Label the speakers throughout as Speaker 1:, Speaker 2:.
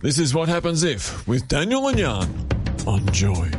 Speaker 1: This is What Happens If with Daniel and Jan on Joy.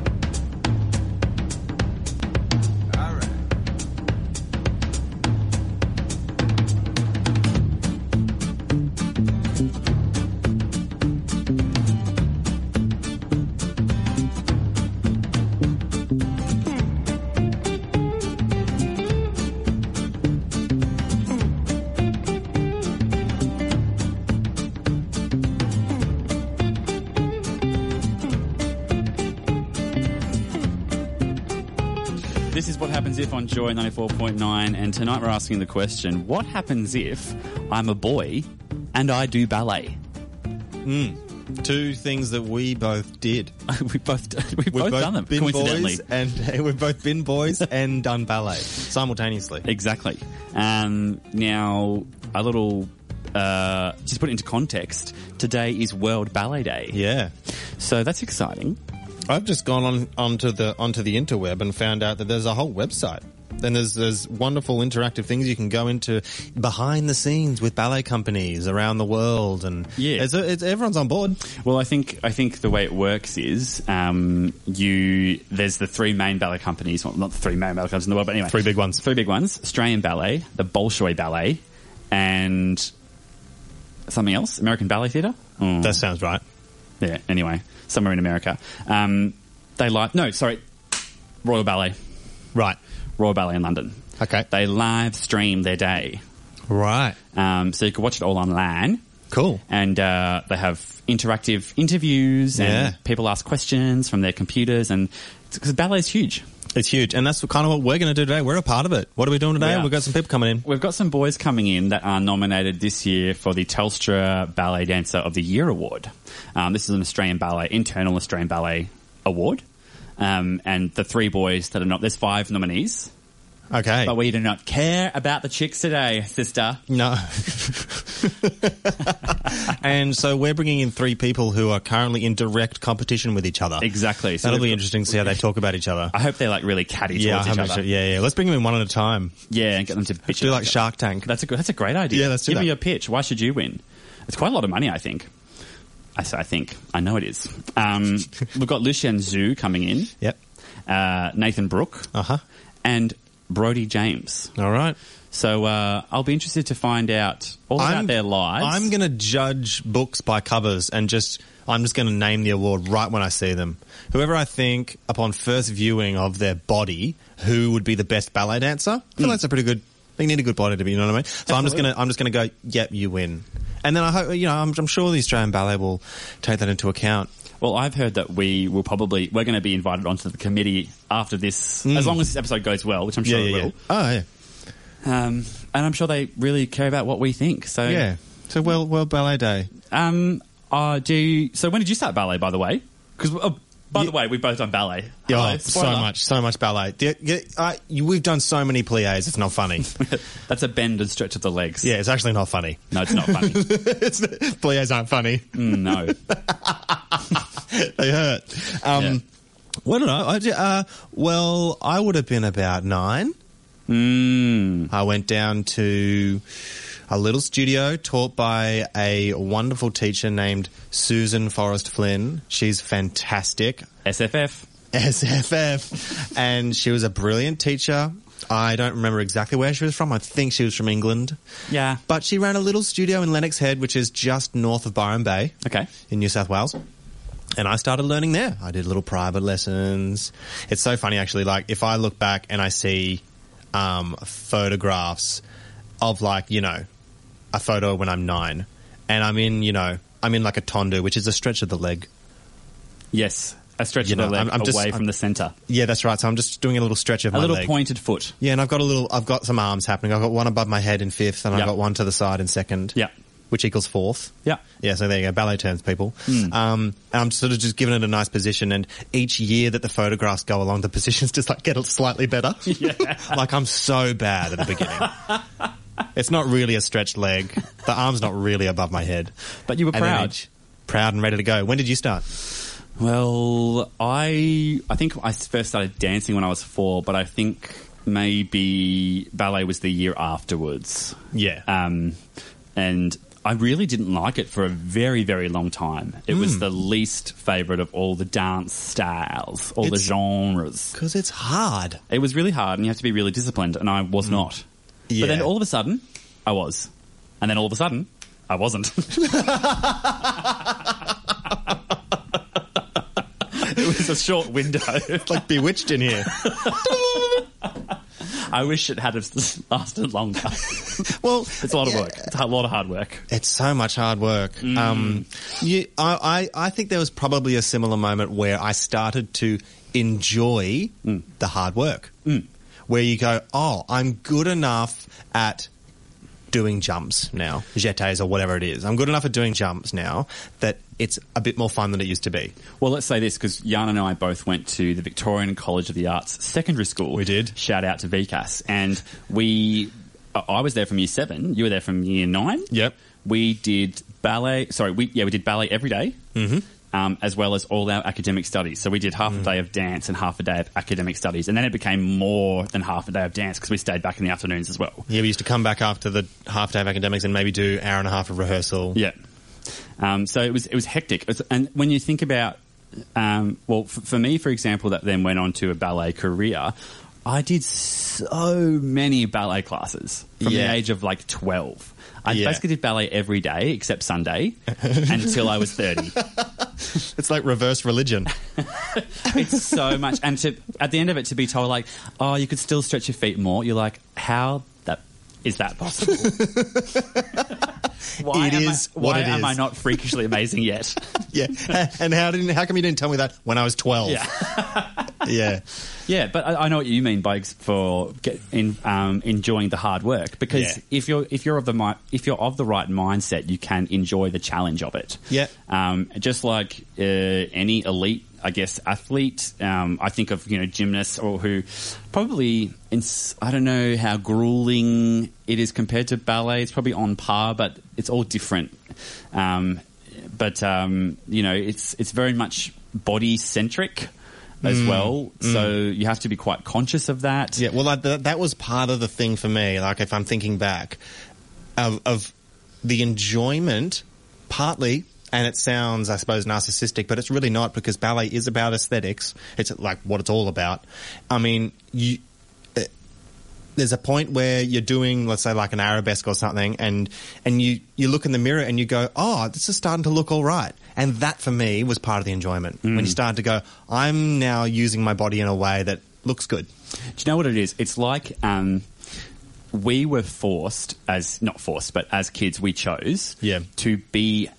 Speaker 2: This is what happens if on Joy 94.9, and tonight we're asking the question what happens if I'm a boy and I do ballet?
Speaker 3: two things that we both did.
Speaker 2: we both, we've,
Speaker 3: We've
Speaker 2: both, done them,
Speaker 3: been
Speaker 2: coincidentally.
Speaker 3: boys and we've both been boys and done ballet simultaneously.
Speaker 2: Exactly. Um, now, a little, uh, just to put it into context, today is World Ballet Day.
Speaker 3: Yeah,
Speaker 2: So that's exciting.
Speaker 3: I've just gone on onto the onto the interweb and found out that there's a whole website. And there's there's wonderful interactive things you can go into behind the scenes with ballet companies around the world, and
Speaker 2: Yeah.
Speaker 3: it's, it's everyone's on board.
Speaker 2: Well, I think I think the way it works is um, you there's the three main ballet companies, well, not the three main ballet companies in the world, but anyway,
Speaker 3: Three big ones.
Speaker 2: three big ones: Australian Ballet, the Bolshoi Ballet, and something else, American Ballet Theatre. Mm,
Speaker 3: That sounds right.
Speaker 2: yeah. Anyway, somewhere in America, um, they like no, sorry, Royal Ballet,
Speaker 3: Right.
Speaker 2: Royal Ballet in London.
Speaker 3: Okay.
Speaker 2: They live stream their day,
Speaker 3: Right.
Speaker 2: um, so you can watch it all online
Speaker 3: Cool.
Speaker 2: and uh, they have interactive interviews and
Speaker 3: Yeah.
Speaker 2: people ask questions from their computers and because ballet is huge
Speaker 3: It's huge, and that's kind of what we're going to do today. We're a part of it. What are we doing today?
Speaker 2: We are.
Speaker 3: We've got some people coming in.
Speaker 2: we've got some boys coming in that are nominated this year for the telstra ballet dancer of the year award um, this is an australian ballet internal australian ballet award um, and the three boys that are not there's five nominees
Speaker 3: Okay.
Speaker 2: but we do not care about the chicks today sister
Speaker 3: No. and so we're bringing in three people who are currently in direct competition with each other.
Speaker 2: Exactly. So
Speaker 3: That'll
Speaker 2: we've
Speaker 3: be
Speaker 2: got-
Speaker 3: interesting to see how they talk about each other.
Speaker 2: i hope they're like really catty
Speaker 3: yeah,
Speaker 2: towards
Speaker 3: how
Speaker 2: each
Speaker 3: much-
Speaker 2: other
Speaker 3: yeah, yeah. Let's bring them in one at a time.
Speaker 2: yeah and get them to bitch
Speaker 3: Do
Speaker 2: about
Speaker 3: like
Speaker 2: each other.
Speaker 3: Shark Tank.
Speaker 2: That's a good- that's a great idea.
Speaker 3: Yeah, let's do
Speaker 2: give
Speaker 3: that.
Speaker 2: me your pitch. Why should you win? It's quite a lot of money, I think. I say I think I know it is. Um, we've got Lucian Zhu coming in.
Speaker 3: Yep.
Speaker 2: Uh, Nathan Brook.
Speaker 3: Uh-huh.
Speaker 2: And Brody James.
Speaker 3: All right.
Speaker 2: So uh, I'll be interested to find out all about their lives.
Speaker 3: I'm going to judge books by covers and just I'm just going to name the award right when I see them. Whoever I think upon first viewing of their body, who would be the best ballet dancer? I feel that's a pretty good. They need a good body to be. You know what I mean? So I'm just
Speaker 2: Absolutely.
Speaker 3: going to I'm just going to go. Yep, you win. And then I hope you know I'm, I'm sure the Australian Ballet will take that into account.
Speaker 2: well, I've heard that we will probably we're going to be invited onto the committee after this, as long as this episode goes well, which I'm sure it will.
Speaker 3: Oh Hmm. yeah,
Speaker 2: Um, and I'm sure they really care about what we think. So
Speaker 3: yeah. So well, well, Ballet Day.
Speaker 2: Um, uh, do you, so. When did you start ballet, by the way? Because oh, by the
Speaker 3: Ye-
Speaker 2: way, we've both done ballet.
Speaker 3: Yeah,
Speaker 2: Hello,
Speaker 3: oh, so
Speaker 2: spoiler.
Speaker 3: much, so much ballet. The- yeah, I- you- we've done so many plies. It's not funny.
Speaker 2: That's a bend and stretch of the legs.
Speaker 3: yeah, it's actually not funny.
Speaker 2: No, it's not funny.
Speaker 3: it's, plies aren't funny.
Speaker 2: Mm, no.
Speaker 3: they hurt. Um,
Speaker 2: Yeah.
Speaker 3: What did I? I ju- uh, well, I would have been about nine.
Speaker 2: Mm,
Speaker 3: I went down to a little studio taught by a wonderful teacher named Susan Forrest Flynn. She's fantastic.
Speaker 2: SFF.
Speaker 3: SFF. And she was a brilliant teacher. I don't remember exactly where she was from. I think she was from England.
Speaker 2: Yeah.
Speaker 3: But she ran a little studio in Lennox Head, which is just north of Byron Bay
Speaker 2: Okay.
Speaker 3: in New South Wales. And I started learning there. I did little private lessons. It's so funny actually, like if I look back and I see um, photographs of like, you know, a photo when I'm nine and I'm in, you know, I'm in like a tondu, which is a stretch of the leg.
Speaker 2: Yes. A stretch
Speaker 3: You
Speaker 2: of the
Speaker 3: know,
Speaker 2: leg
Speaker 3: I'm- I'm just-
Speaker 2: away from
Speaker 3: I'm-
Speaker 2: the centre.
Speaker 3: Yeah, that's right. So I'm just doing a little stretch of
Speaker 2: A
Speaker 3: my
Speaker 2: little
Speaker 3: leg.
Speaker 2: pointed foot.
Speaker 3: Yeah, and I've got a little. I've got some arms happening. I've got one above my head in fifth, and
Speaker 2: Yeah.
Speaker 3: I've got one to the side in second.
Speaker 2: Yeah.
Speaker 3: which equals fourth.
Speaker 2: Yeah.
Speaker 3: yeah. So there you go, ballet terms, people.
Speaker 2: Hmm.
Speaker 3: Um, and I'm sort of just giving it a nice position, and each year that the photographs go along, the positions just like get slightly better. Yeah. like I'm so bad at the beginning. it's not really a stretched leg. The arm's not really above my head.
Speaker 2: But you were
Speaker 3: And then
Speaker 2: proud.
Speaker 3: each- proud and ready to go. When did you start?
Speaker 2: Well, I I think I first started dancing when I was four, but I think
Speaker 3: Uh,
Speaker 2: maybe ballet was the year afterwards.
Speaker 3: Yeah.
Speaker 2: Um, and I I really didn't like it for a very, very long time. It
Speaker 3: Hmm.
Speaker 2: was the least favorite of all the dance styles, all
Speaker 3: It's-
Speaker 2: the genres.
Speaker 3: because it's hard.
Speaker 2: It was really hard, and you have to be really disciplined, and I
Speaker 3: Hmm.
Speaker 2: was not.
Speaker 3: Yeah.
Speaker 2: But then all of a sudden, I was, and then all of a sudden, I wasn't. it was a short window.
Speaker 3: like bewitched in here.
Speaker 2: I wish it had have lasted longer.
Speaker 3: well,
Speaker 2: It's a lot of
Speaker 3: yeah,
Speaker 2: work. It's a lot of hard work.
Speaker 3: It's so much hard work. Um, you, I, I, I think there was probably a similar moment where I started to enjoy the hard work, where you go, "Oh, I'm good enough at." Doing jumps now, jetés or whatever it is. I'm good enough at doing jumps now that it's a bit more fun than it used to be.
Speaker 2: Well, let's say this because Jan and I both went to the Victorian College of the Arts secondary school.
Speaker 3: We did.
Speaker 2: Shout out to VCAS. And we, I I was there from year seven. You were there from year nine.
Speaker 3: Yep.
Speaker 2: We did ballet. Sorry, we yeah we did ballet every Mm-hmm. Um, as well as all our academic studies. So we did half a day of dance and half a day of academic studies. And then it became more than half a day of dance because we stayed back in the afternoons as well.
Speaker 3: Yeah, we used to come back after the half day of academics and maybe do hour and a half of rehearsal.
Speaker 2: Yeah. Um, so it was it was hectic, It was- and when you think about, um, well, f- for me, for example, that then went on to a ballet career. I did so many ballet classes from
Speaker 3: Yeah.
Speaker 2: the age of like twelve. I
Speaker 3: Yeah.
Speaker 2: basically did ballet every day except Sunday until I was thirty.
Speaker 3: It's like reverse religion.
Speaker 2: It's so much, and to at the end of it, to be told like, "Oh, you could still stretch your feet more," you're like, "How that is that possible?" why
Speaker 3: It
Speaker 2: am I-
Speaker 3: is what
Speaker 2: why
Speaker 3: it
Speaker 2: am I
Speaker 3: is.
Speaker 2: not freakishly amazing yet?
Speaker 3: yeah. And how didn't how come you didn't tell me that when I was 12?
Speaker 2: Yeah.
Speaker 3: yeah.
Speaker 2: Yeah, but I, I know what you mean by ex- for get in, um, enjoying the hard work because
Speaker 3: Yeah.
Speaker 2: if you're if you're of the mi- if you're of the right mindset, you can enjoy the challenge of it.
Speaker 3: Yeah.
Speaker 2: um, just like uh, any elite, I guess, athlete. Um, I think of you know gymnasts or who probably in, s- I don't know how grueling it is compared to ballet. It's probably on par, but it's all different. Um, but um, you know, it's it's very much body centric as well. So you have to be quite conscious of that.
Speaker 3: Yeah, well, like, th- that was part of the thing for me. Like, if I'm thinking back of, of the enjoyment, partly, and it sounds, I suppose, narcissistic, but it's really not because ballet is about aesthetics. It's like what it's all about. I mean, you. eh, There's a point where you're doing, let's say, like an arabesque or something, and and you you look in the mirror and you go, "Oh, this is starting to look all right." And that for me was part of the enjoyment when you started to go, "I'm now using my body in a way that looks good."
Speaker 2: Do you know what it is? It's like um, we were forced, as not forced, but as kids, we chose
Speaker 3: Yeah.
Speaker 2: to be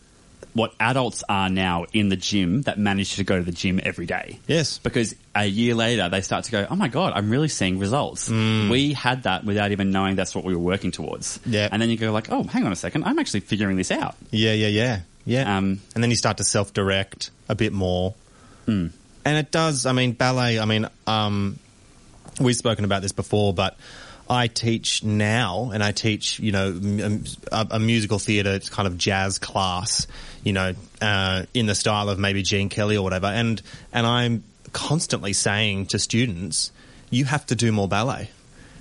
Speaker 2: what adults are now in the gym that manage to go to the gym every day.
Speaker 3: Yes.
Speaker 2: Because a year later, they start to go, oh my God, I'm really seeing results. We had that without even knowing that's what we were working towards.
Speaker 3: Mm. Yeah.
Speaker 2: And then you go like, oh, hang on a second, I'm actually figuring this out.
Speaker 3: Yeah, yeah, yeah, yeah.
Speaker 2: Um,
Speaker 3: and then you start to self-direct a bit more,
Speaker 2: Hmm.
Speaker 3: and it does. I mean, ballet. I mean, um, we've spoken about this before, but I teach now, and I teach you know m- a, a musical theatre it's kind of jazz class, you know, uh, in the style of maybe Gene Kelly or whatever, and and I'm constantly saying to students, you have to do more ballet.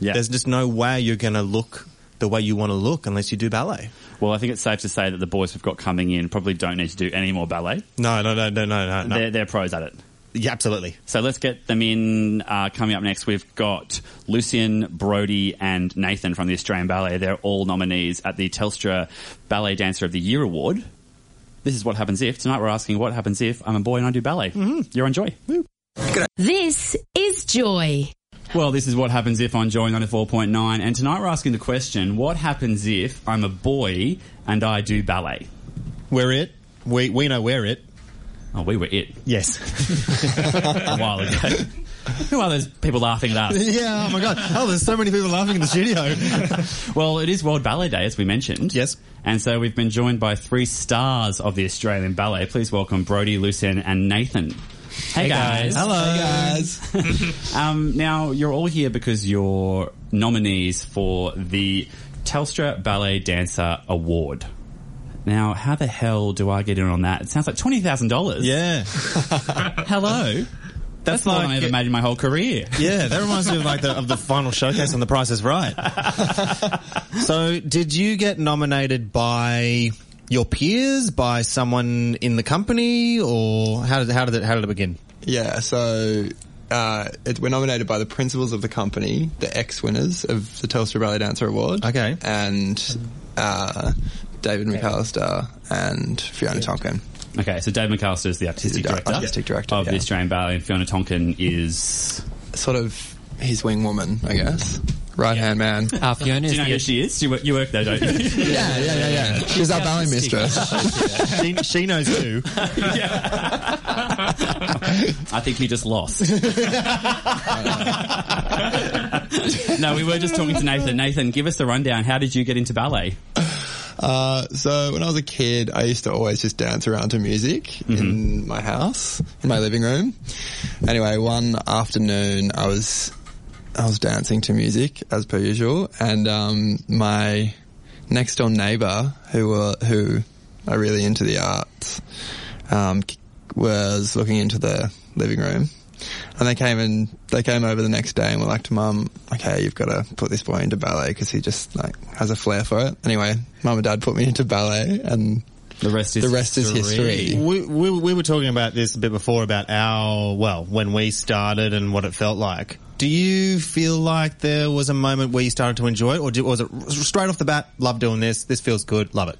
Speaker 2: Yeah.
Speaker 3: There's just no way you're going to look the way you want to look unless you do ballet.
Speaker 2: Well, I think it's safe to say that the boys we've got coming in probably don't need to do any more ballet.
Speaker 3: No, no, no, no, no, no. no.
Speaker 2: They're, they're pros at it.
Speaker 3: Yeah, absolutely.
Speaker 2: So let's get them in. Uh, coming up next, we've got Lucian, Brody, and Nathan from the Australian Ballet. They're all nominees at the Telstra Ballet Dancer of the Year Award. This is what happens if. Tonight, we're asking what happens if I'm a boy and I do ballet.
Speaker 3: Mm-hmm.
Speaker 2: You're on Joy.
Speaker 4: This is Joy.
Speaker 2: Well, this is what happens if on Joy 94.9. And tonight, we're asking the question what happens if I'm a boy and I do ballet?
Speaker 3: We're it. We we know we're it.
Speaker 2: Oh, we were it
Speaker 3: Yes.
Speaker 2: a while ago. Who are those people laughing at us?
Speaker 3: yeah. Oh my god. Oh, there's so many people laughing in the studio.
Speaker 2: Well, it is World Ballet Day, as we mentioned.
Speaker 3: Yes.
Speaker 2: And so we've been joined by three stars of the Australian Ballet. Please welcome Brody, Lucen, and Nathan. Hey, guys.
Speaker 3: guys.
Speaker 2: Um, now, you're all here because you're nominees for the Telstra Ballet Dancer Award. Now, how the hell do I get in on that? It sounds like $20,000.
Speaker 3: Yeah.
Speaker 2: Hello. That's, more than I ever made in my whole career.
Speaker 3: Yeah, that reminds me of like the, of the final showcase on The Price Is Right. so, did you get nominated by your peers, by someone in the company, or how did how did it how did it begin?
Speaker 5: Yeah, so uh, it, we're nominated by the principals of the company, the ex-winners of the Telstra Ballet Dancer Award.
Speaker 3: Okay.
Speaker 5: And uh, David McAllister and Fiona Tonkin.
Speaker 2: Okay, so Dave McAllister is the artistic
Speaker 5: The di-
Speaker 2: director,
Speaker 5: artistic director,
Speaker 2: of the
Speaker 5: yeah.
Speaker 2: Australian Ballet, and Fiona Tonkin is.
Speaker 5: Sort of his wing woman, I guess. Right-hand man.
Speaker 6: Uh, Fiona
Speaker 2: Do
Speaker 6: is
Speaker 2: you know
Speaker 6: the
Speaker 2: who she is? You work, you work there, don't you?
Speaker 5: yeah, yeah, yeah, yeah. She's our ballet mistress.
Speaker 3: she, she knows too.
Speaker 2: I think he just lost. no, we were just talking to Nathan. Nathan, give us the rundown. How did you get into ballet?
Speaker 5: Uh, so when I was a kid, I used to always just dance around to music in my house, in my living room. Anyway, one afternoon I was, I was dancing to music as per usual and, um, my next door neighbor who were, who are really into the arts, um, k- was looking into the living room. And they came and they came over the next day and were like to mum, okay, you've got to put this boy into ballet because he just like has a flair for it. Anyway, mum and dad put me into ballet and
Speaker 2: The rest is
Speaker 5: the rest is history.
Speaker 3: We, we we were talking about this a bit before about our well when we started and what it felt like. Do you feel like there was a moment where you started to enjoy it, or do, was it r- straight off the bat? Love doing this. This feels good. Love it.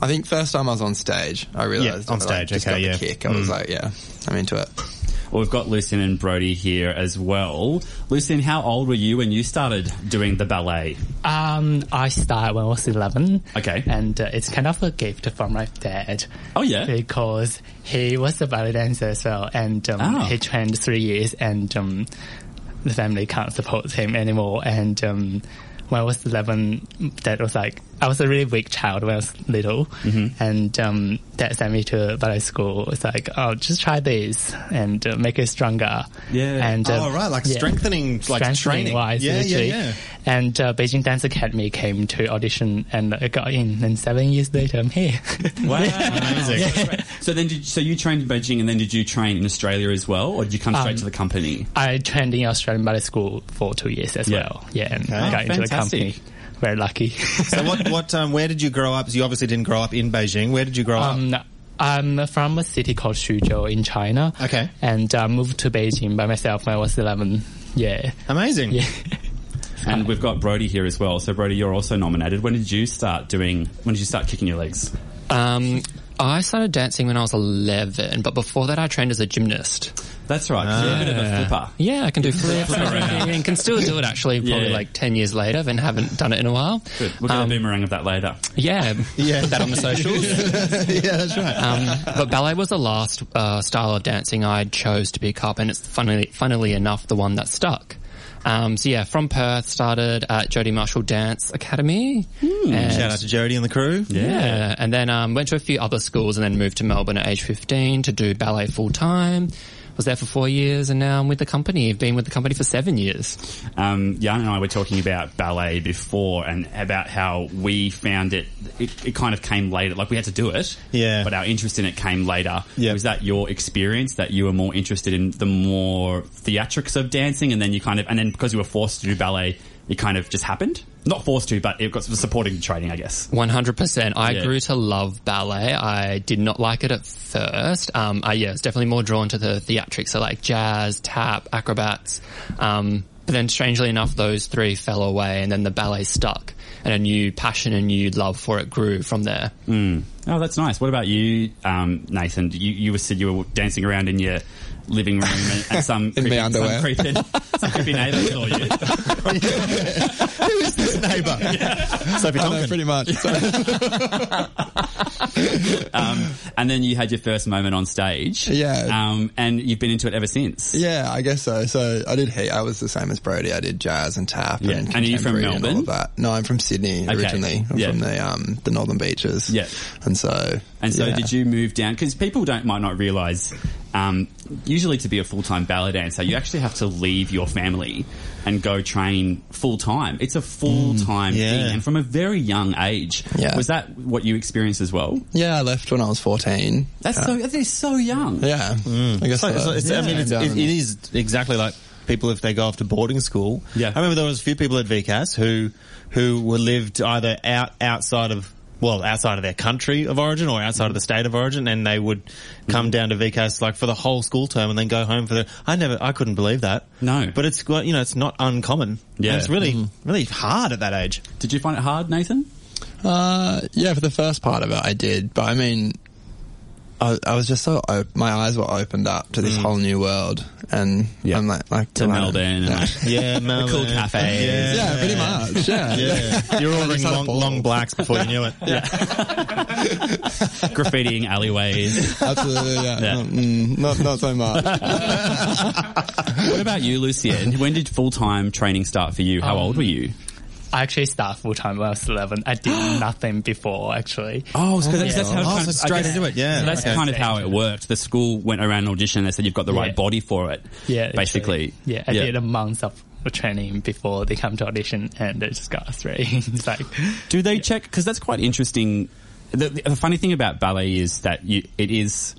Speaker 5: I think first time I was on stage, I realized
Speaker 3: on
Speaker 5: I, like,
Speaker 3: stage,
Speaker 5: just
Speaker 3: okay,
Speaker 5: got
Speaker 3: yeah. Mm.
Speaker 5: the kick. I was like, yeah, I'm into it.
Speaker 2: Well, we've got Lucien and Brody here as well. Lucien, how old were you when you started doing the ballet?
Speaker 6: Um, I started when I was 11.
Speaker 2: Okay.
Speaker 6: And uh, it's kind of a gift from my dad.
Speaker 2: Oh, yeah?
Speaker 6: Because he was a ballet dancer as well and um,
Speaker 2: Oh.
Speaker 6: he trained three years and um, the family can't support him anymore. And um, when I was 11, dad was like, I was a really weak child when I was little.
Speaker 2: Mm-hmm.
Speaker 6: And um, dad sent me to ballet school. It's like, oh, just try this and uh, make it stronger.
Speaker 2: Yeah.
Speaker 6: And, uh,
Speaker 3: oh right, like
Speaker 6: yeah
Speaker 3: strengthening, like training.
Speaker 6: wise,
Speaker 3: yeah, yeah,
Speaker 6: literally.
Speaker 3: yeah.
Speaker 6: And uh, Beijing Dance Academy came to audition, and I got in. And seven years later, I'm here.
Speaker 2: Wow.
Speaker 3: Amazing.
Speaker 2: So then, did, so you trained in Beijing, and then did you train in Australia as well, or did you come straight
Speaker 6: Um,
Speaker 2: to the company?
Speaker 6: I trained in Australian Ballet School for two years as
Speaker 2: Yeah.
Speaker 6: well. Yeah, and
Speaker 2: Oh,
Speaker 6: I got into
Speaker 2: fantastic.
Speaker 6: the company. Very lucky.
Speaker 3: So what? What? Um, where did you grow up? So you obviously didn't grow up in Beijing. Where did you grow up?
Speaker 6: um, I'm from a city called Suzhou in China.
Speaker 3: Okay.
Speaker 6: And uh, moved to Beijing by myself when I was 11. Yeah.
Speaker 3: Amazing.
Speaker 6: Yeah.
Speaker 5: uh,
Speaker 2: And we've got Brody here as well. So Brody, you're also nominated. When did you start doing? When did you start kicking your legs?
Speaker 7: Um, I started dancing when I was 11, but before that I trained as a gymnast.
Speaker 2: That's right. 'cause You're a bit of a flipper.
Speaker 7: Yeah, I can do flips and everything and can still do it actually probably
Speaker 2: Yeah.
Speaker 7: like 10 years later and haven't done it in a while.
Speaker 2: Good. We'll get a boomerang of that later.
Speaker 7: Yeah,
Speaker 3: Yeah.
Speaker 7: put that on the socials.
Speaker 3: yeah, that's right.
Speaker 7: Um, but ballet was the last uh, style of dancing I chose to pick up, and it's funnily, funnily enough the one that stuck. Um, so yeah, from Perth, started at Jodie Marshall Dance Academy, and
Speaker 3: Hmm. Shout out to Jody and the crew.
Speaker 7: yeah. and then um, went to a few other schools, and then moved to Melbourne at age fifteen to do ballet full time. Was there for four years, and now I'm with the company. I've been with the company for seven years.
Speaker 2: um, Jan and I were talking about ballet before and about how we found it, it, it kind of came later. Like we had to do it.
Speaker 3: Yeah.
Speaker 2: But our interest in it came later.
Speaker 3: Yeah.
Speaker 2: Was that your experience that you were more interested in the more theatrics of dancing and then you kind of, and then because you were forced to do ballet, it kind of just happened? Not forced to, but it got supporting training, I guess.
Speaker 7: One hundred percent. I
Speaker 2: Yeah.
Speaker 7: grew to love ballet. I did not like it at first. Um, I yeah, was definitely more drawn to the theatrics, so like jazz, tap, acrobats. Um, but then, strangely enough, those three fell away, and then the ballet stuck, and a new passion and new love for it grew from there.
Speaker 2: Oh, that's nice. What about you, um, Nathan? You, you were said you were dancing around in your living room and, and some, in creepy,
Speaker 5: my underwear.
Speaker 2: some creepy, some creepy neighbour saw you.
Speaker 3: neighbour. Sophie
Speaker 5: I know,
Speaker 3: Tonkin.
Speaker 5: pretty much. So,
Speaker 2: Um, and then you had your first moment on stage.
Speaker 5: Yeah.
Speaker 2: Um, and you've been into it ever since.
Speaker 5: yeah, I guess so. So I did heat. I was the same as Brody. I did jazz and tap
Speaker 2: Yeah.
Speaker 5: and
Speaker 2: And are you from
Speaker 5: contemporary and all
Speaker 2: Melbourne?
Speaker 5: of that. No, I'm from Sydney originally. I'm
Speaker 2: Yeah.
Speaker 5: from the um the Northern Beaches.
Speaker 2: Yeah.
Speaker 5: And so
Speaker 2: And so
Speaker 5: yeah.
Speaker 2: did you move down? Because people don't might not realise Um, usually, to be a full time ballet dancer, you actually have to leave your family and go train full time. It's a full time
Speaker 5: Mm, yeah.
Speaker 2: thing, and from a very young age.
Speaker 5: Yeah.
Speaker 2: Was that what you experienced as well?
Speaker 5: Yeah, I left when I was Uh, 14.
Speaker 2: That's so. They're so young.
Speaker 5: Yeah. I
Speaker 3: It's
Speaker 5: guess
Speaker 3: like, it's, like- it's, I mean, it's,
Speaker 5: Yeah.
Speaker 3: it, it is exactly like people if they go off to boarding school.
Speaker 2: Yeah.
Speaker 3: I remember there was a few people at VCAS who who were lived either out outside of well outside of their country of origin or outside of the state of origin, and they would come down to VCAS like for the whole school term and then go home for the. I never, I couldn't believe that.
Speaker 2: No.
Speaker 3: but it's well, you know it's not uncommon.
Speaker 2: Yeah.
Speaker 3: and it's really really hard at that age.
Speaker 2: Did you find it hard, Nathan?
Speaker 5: Uh, yeah, for the first part of it, I did, but I mean, I, I was just so op- my eyes were opened up to this whole new world, and
Speaker 2: Yeah.
Speaker 5: I'm like, like
Speaker 2: To Melbourne and
Speaker 5: yeah.
Speaker 2: like,
Speaker 3: Yeah,
Speaker 2: the cool cafes.
Speaker 3: Yeah.
Speaker 5: yeah, pretty much, yeah.
Speaker 3: Yeah, you're ordering
Speaker 5: had a
Speaker 3: long,
Speaker 5: ball.
Speaker 3: long blacks before you knew it.
Speaker 2: graffitiing alleyways.
Speaker 5: absolutely, yeah.
Speaker 2: Yeah.
Speaker 5: Not, mm, not not so much.
Speaker 2: what about you, Lucien? When did full time training start for you? How old were you?
Speaker 6: I actually started full time when I was 11. I did nothing before, actually.
Speaker 2: Oh, so that's, that's how
Speaker 3: Oh,
Speaker 2: kind
Speaker 3: so
Speaker 2: of-
Speaker 3: straight
Speaker 2: I guess-
Speaker 3: into it, yeah.
Speaker 2: so that's
Speaker 3: Okay.
Speaker 2: kind of how it worked. The school went around an audition. They said you've got the right
Speaker 6: Yeah.
Speaker 2: body for it.
Speaker 6: Yeah, actually.
Speaker 2: basically.
Speaker 6: Yeah, I did a month of training before they come to audition and they just got us ready. it's like,
Speaker 2: Do they check? Because that's quite interesting. The, the the funny thing about ballet is that you, it is.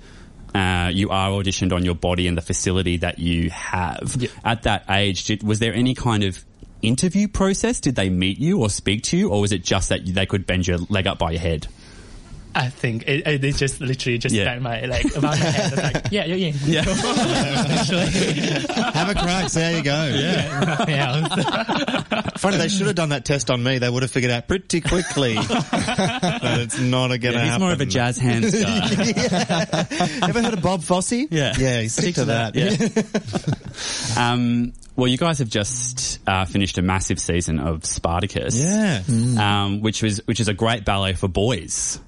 Speaker 2: Uh, you are auditioned on your body and the facility that you have.
Speaker 6: Yeah.
Speaker 2: At that age, did, was there any kind of interview process? Did they meet you or speak to you, or was it just that you- they could bend your leg up by your head?
Speaker 6: I think it, it, they just literally just
Speaker 2: Yeah.
Speaker 6: stand my, like, about my head. It's like, yeah, yeah, yeah.
Speaker 2: Yeah.
Speaker 3: Have a crack. There you go. Yeah.
Speaker 6: yeah.
Speaker 3: Funny, they should have done that test on me. They would have figured out pretty quickly that it's not a gonna happen.
Speaker 2: He's more of a jazz hands guy.
Speaker 3: Ever heard of Bob Fosse?
Speaker 2: Yeah.
Speaker 3: yeah. Stick to that. Yeah.
Speaker 2: Um, well, you guys have just uh, finished a massive season of Spartacus,
Speaker 3: Yeah.
Speaker 7: Mm.
Speaker 2: um, which was which is a great ballet for boys.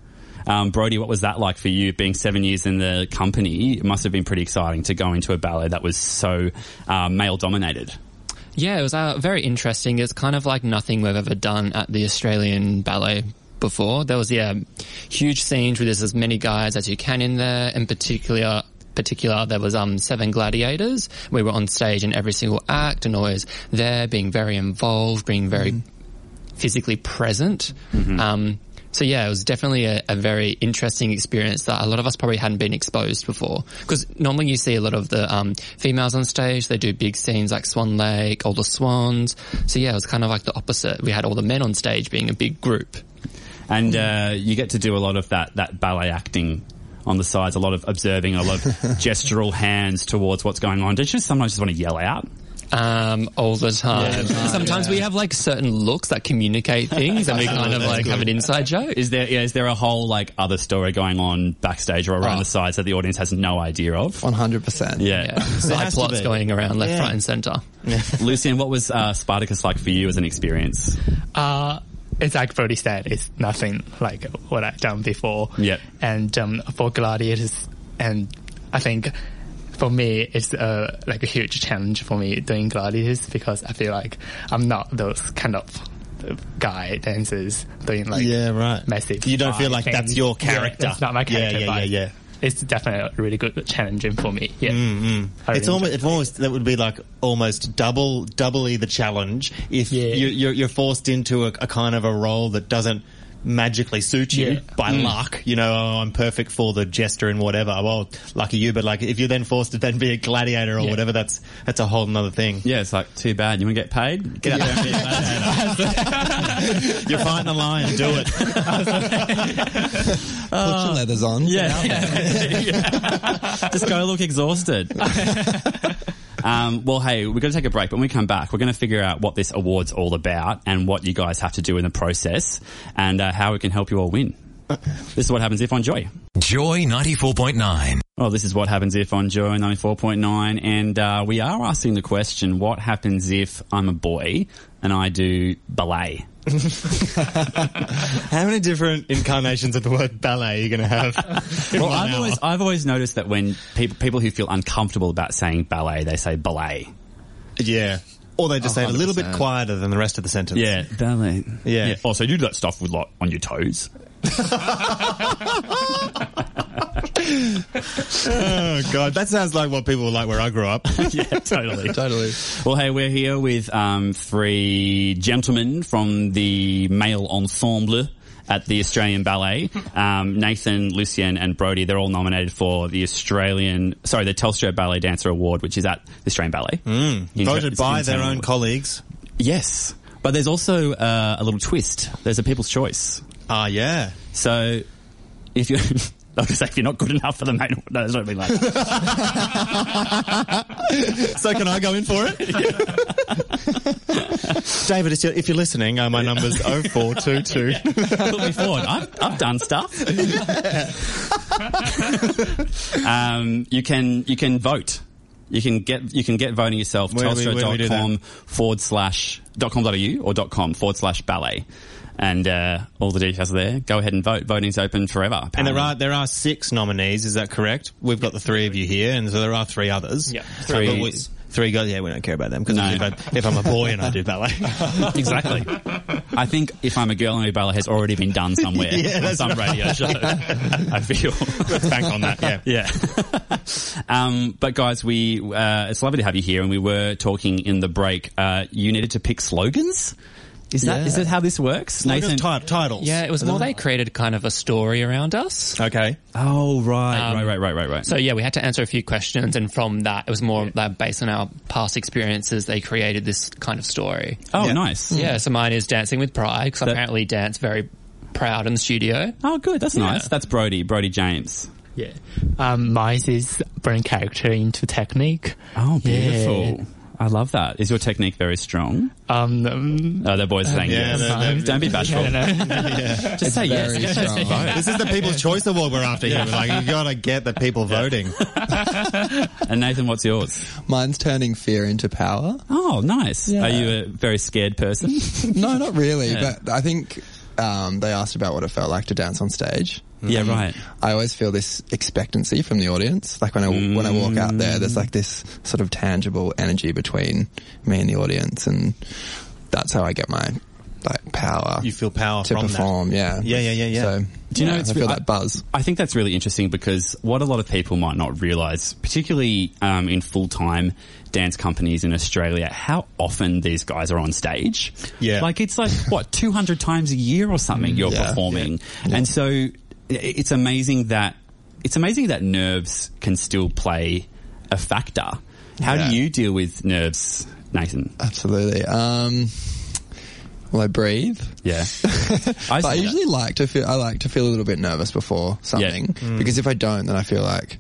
Speaker 2: Um, Brody, what was that like for you? Being seven years in the company, it must have been pretty exciting to go into a ballet that was so uh, male dominated.
Speaker 7: Yeah, it was uh, very interesting. It's kind of like nothing we've ever done at the Australian Ballet before. There was yeah, huge scenes where there's as many guys as you can in there. In particular, particular there was um seven gladiators. We were on stage in every single act and always there, being very involved, being very physically present. Um, so yeah, it was definitely a, a very interesting experience that a lot of us probably hadn't been exposed before. Because normally you see a lot of the um, females on stage; they do big scenes like Swan Lake, all the swans. So yeah, it was kind of like the opposite. We had all the men on stage being a big group.
Speaker 2: and uh, you get to do a lot of that that ballet acting on the sides, a lot of observing, a lot of gestural hands towards what's going on. Did you sometimes just want to yell out?
Speaker 7: Um, all the time. Sometimes we have like certain looks that communicate things, and we kind of like have an inside joke.
Speaker 2: Is there yeah, is there a whole like other story going on backstage or around
Speaker 7: Oh.
Speaker 2: the sides that the audience has no idea of?
Speaker 5: One hundred percent.
Speaker 2: Yeah,
Speaker 7: Yeah, side
Speaker 3: has to
Speaker 7: plots
Speaker 3: be.
Speaker 7: going around left,
Speaker 3: Yeah.
Speaker 7: right, and centre.
Speaker 2: Lucian, what was uh, Spartacus like for you as an experience?
Speaker 6: Uh, it's like Brody said, it's nothing like what I've done before.
Speaker 2: Yep.
Speaker 6: And um, for gladiators, and I think for me, it's uh, like a huge challenge for me doing gladiators because I feel like I'm not those kind of uh, guy dancers doing like
Speaker 3: Yeah, right.
Speaker 6: massive.
Speaker 3: You don't feel like
Speaker 6: fight
Speaker 3: that's
Speaker 6: things.
Speaker 3: your
Speaker 6: Yeah,
Speaker 3: character.
Speaker 6: it's not my
Speaker 3: Yeah,
Speaker 6: character.
Speaker 3: yeah,
Speaker 6: but
Speaker 3: yeah, yeah.
Speaker 6: It's definitely a really good challenging for me. Yeah. I
Speaker 3: mm. It's
Speaker 6: really
Speaker 3: almost, it's almost that would be like almost double, doubly the challenge if
Speaker 6: Yeah.
Speaker 3: you're, you're, you're forced into a, a kind of a role that doesn't magically suit you
Speaker 6: Yeah.
Speaker 3: by luck. You know, oh, I'm perfect for the jester and whatever. Well, lucky you, but like if you're then forced to then be a gladiator or
Speaker 6: Yeah.
Speaker 3: whatever, that's that's a whole nother thing.
Speaker 2: Yeah, it's like too bad. You want to get paid? Get out there and be a gladiator.
Speaker 3: You're fighting a lion, do it.
Speaker 5: Put your leathers on.
Speaker 2: Yeah, just go look exhausted. Um, well, hey, we're going to take a break, but when we come back, we're going to figure out what this award's all about and what you guys have to do in the process and uh, how we can help you all win. This is what happens if on Joy.
Speaker 8: Joy 94.9.
Speaker 2: Well, this is what happens if on Joy 94.9, and uh, we are asking the question, what happens if I'm a boy and I do ballet?
Speaker 3: How many different incarnations of the word ballet are you going to have? in
Speaker 2: Well,
Speaker 3: one
Speaker 2: I've
Speaker 3: hour?
Speaker 2: always, I've always noticed that when people, people who feel uncomfortable about saying ballet, they say ballet.
Speaker 3: yeah. Or they just say it a little bit
Speaker 8: 100%.
Speaker 3: quieter than the rest of the sentence.
Speaker 2: ballet.
Speaker 3: Yeah.
Speaker 2: Oh, so you do that stuff with like on your toes.
Speaker 3: oh god, that sounds like what people were like where I grew up.
Speaker 2: yeah, totally.
Speaker 5: Totally.
Speaker 2: Well, hey, we're here with um, three gentlemen from the male ensemble at the Australian Ballet. Um, Nathan, Lucien, and Brody. They're all nominated for the Australian, sorry, the Telstra Ballet Dancer Award, which is at the Australian Ballet. In-
Speaker 3: Hmm. Voted
Speaker 2: it's
Speaker 3: by
Speaker 2: an
Speaker 3: their
Speaker 2: internal
Speaker 3: own
Speaker 2: award.
Speaker 3: colleagues.
Speaker 2: Yes, but there's also uh, a little twist. There's a People's Choice.
Speaker 3: Ah, yeah.
Speaker 2: So if you're, I was gonna say if you're not good enough for the main, no, it's not be like. that.
Speaker 3: So can I go in for it? David, it's your- if you're listening, uh, my number's 0422.
Speaker 2: Put me forward. I've, I've done stuff. um, you can you can vote. You can get you can get voting yourself.
Speaker 3: Where do we- where do we do
Speaker 2: Telstra.com forward slash dot com dot au or dot com forward slash ballet. And uh, all the details are there. Go ahead and vote. Voting's open forever.
Speaker 3: And there
Speaker 2: apparently.
Speaker 3: are there are six nominees. Is that correct? We've got the three of you here, and so there are three others.
Speaker 7: Yeah.
Speaker 2: Three.
Speaker 3: But we- three guys. Yeah, we don't care about them because
Speaker 2: No.
Speaker 3: if I'm a boy and I do ballet,
Speaker 2: exactly. I think if I'm a girl and a ballet has already been done somewhere on some radio show. I feel
Speaker 3: bank on that. Yeah.
Speaker 2: yeah. um, but guys, we uh, it's lovely to have you here, and we were talking in the break. Uh, you needed to pick slogans. Is that is
Speaker 5: Yeah.
Speaker 2: that how this works,
Speaker 3: Well, just type titles.
Speaker 7: Yeah, it was more they created kind of a story around us.
Speaker 3: Okay.
Speaker 2: Oh right,
Speaker 7: Um,
Speaker 2: right, right, right, right, right.
Speaker 7: So yeah, we had to answer a few questions, and from that, it was more like based on our past experiences, they created this kind of story.
Speaker 2: oh,
Speaker 3: yeah.
Speaker 2: nice.
Speaker 7: Yeah, so mine is dancing with pride because I apparently dance very proud in the studio.
Speaker 2: Oh, good. That's nice. That's Brody. Brody James.
Speaker 6: Yeah. Um, mine is bring character into technique.
Speaker 2: Oh,
Speaker 6: Yeah.
Speaker 2: beautiful. I love that. Is your technique very strong?
Speaker 6: Um, um,
Speaker 2: Oh, the boys are saying
Speaker 3: Yeah,
Speaker 2: yes.
Speaker 3: they're- they're-
Speaker 2: Don't be bashful.
Speaker 6: I don't know.
Speaker 2: Just say yes.
Speaker 5: Very strong.
Speaker 3: This is the People's Choice Award we're after here. We're Like you gotta get the people voting.
Speaker 2: And Nathan, what's yours?
Speaker 5: Mine's turning fear into power.
Speaker 2: Oh, nice. Are you a very scared person?
Speaker 5: No, not really. But I think um, they asked about what it felt like to dance on stage.
Speaker 2: yeah, right.
Speaker 5: Um, I always feel this expectancy from the audience. Like when I when I walk out there, there's like this sort of tangible energy between me and the audience, and that's how I get my like power.
Speaker 3: You feel power
Speaker 5: to
Speaker 3: from that.
Speaker 5: perform. Yeah,
Speaker 3: Yeah, yeah, yeah, yeah.
Speaker 5: So
Speaker 2: Do you know
Speaker 5: yeah,
Speaker 2: it's
Speaker 5: I feel
Speaker 2: re- I-
Speaker 5: that buzz.
Speaker 2: I think that's really interesting because what a lot of people might not realize, particularly um, in full time dance companies in Australia, how often these guys are on stage.
Speaker 3: Yeah.
Speaker 2: Like it's like, what, 200 times a year or something you're
Speaker 5: Yeah.
Speaker 2: performing. And so i- it's amazing that, it's amazing that nerves can still play a factor. How
Speaker 5: Yeah.
Speaker 2: do you deal with nerves, Nathan?
Speaker 5: Absolutely. Um, well, I breathe.
Speaker 2: Yeah. I,
Speaker 5: But I
Speaker 2: see that.
Speaker 5: usually like to feel. I like to feel a little bit nervous before something
Speaker 2: Mm.
Speaker 5: because if I don't, then I feel like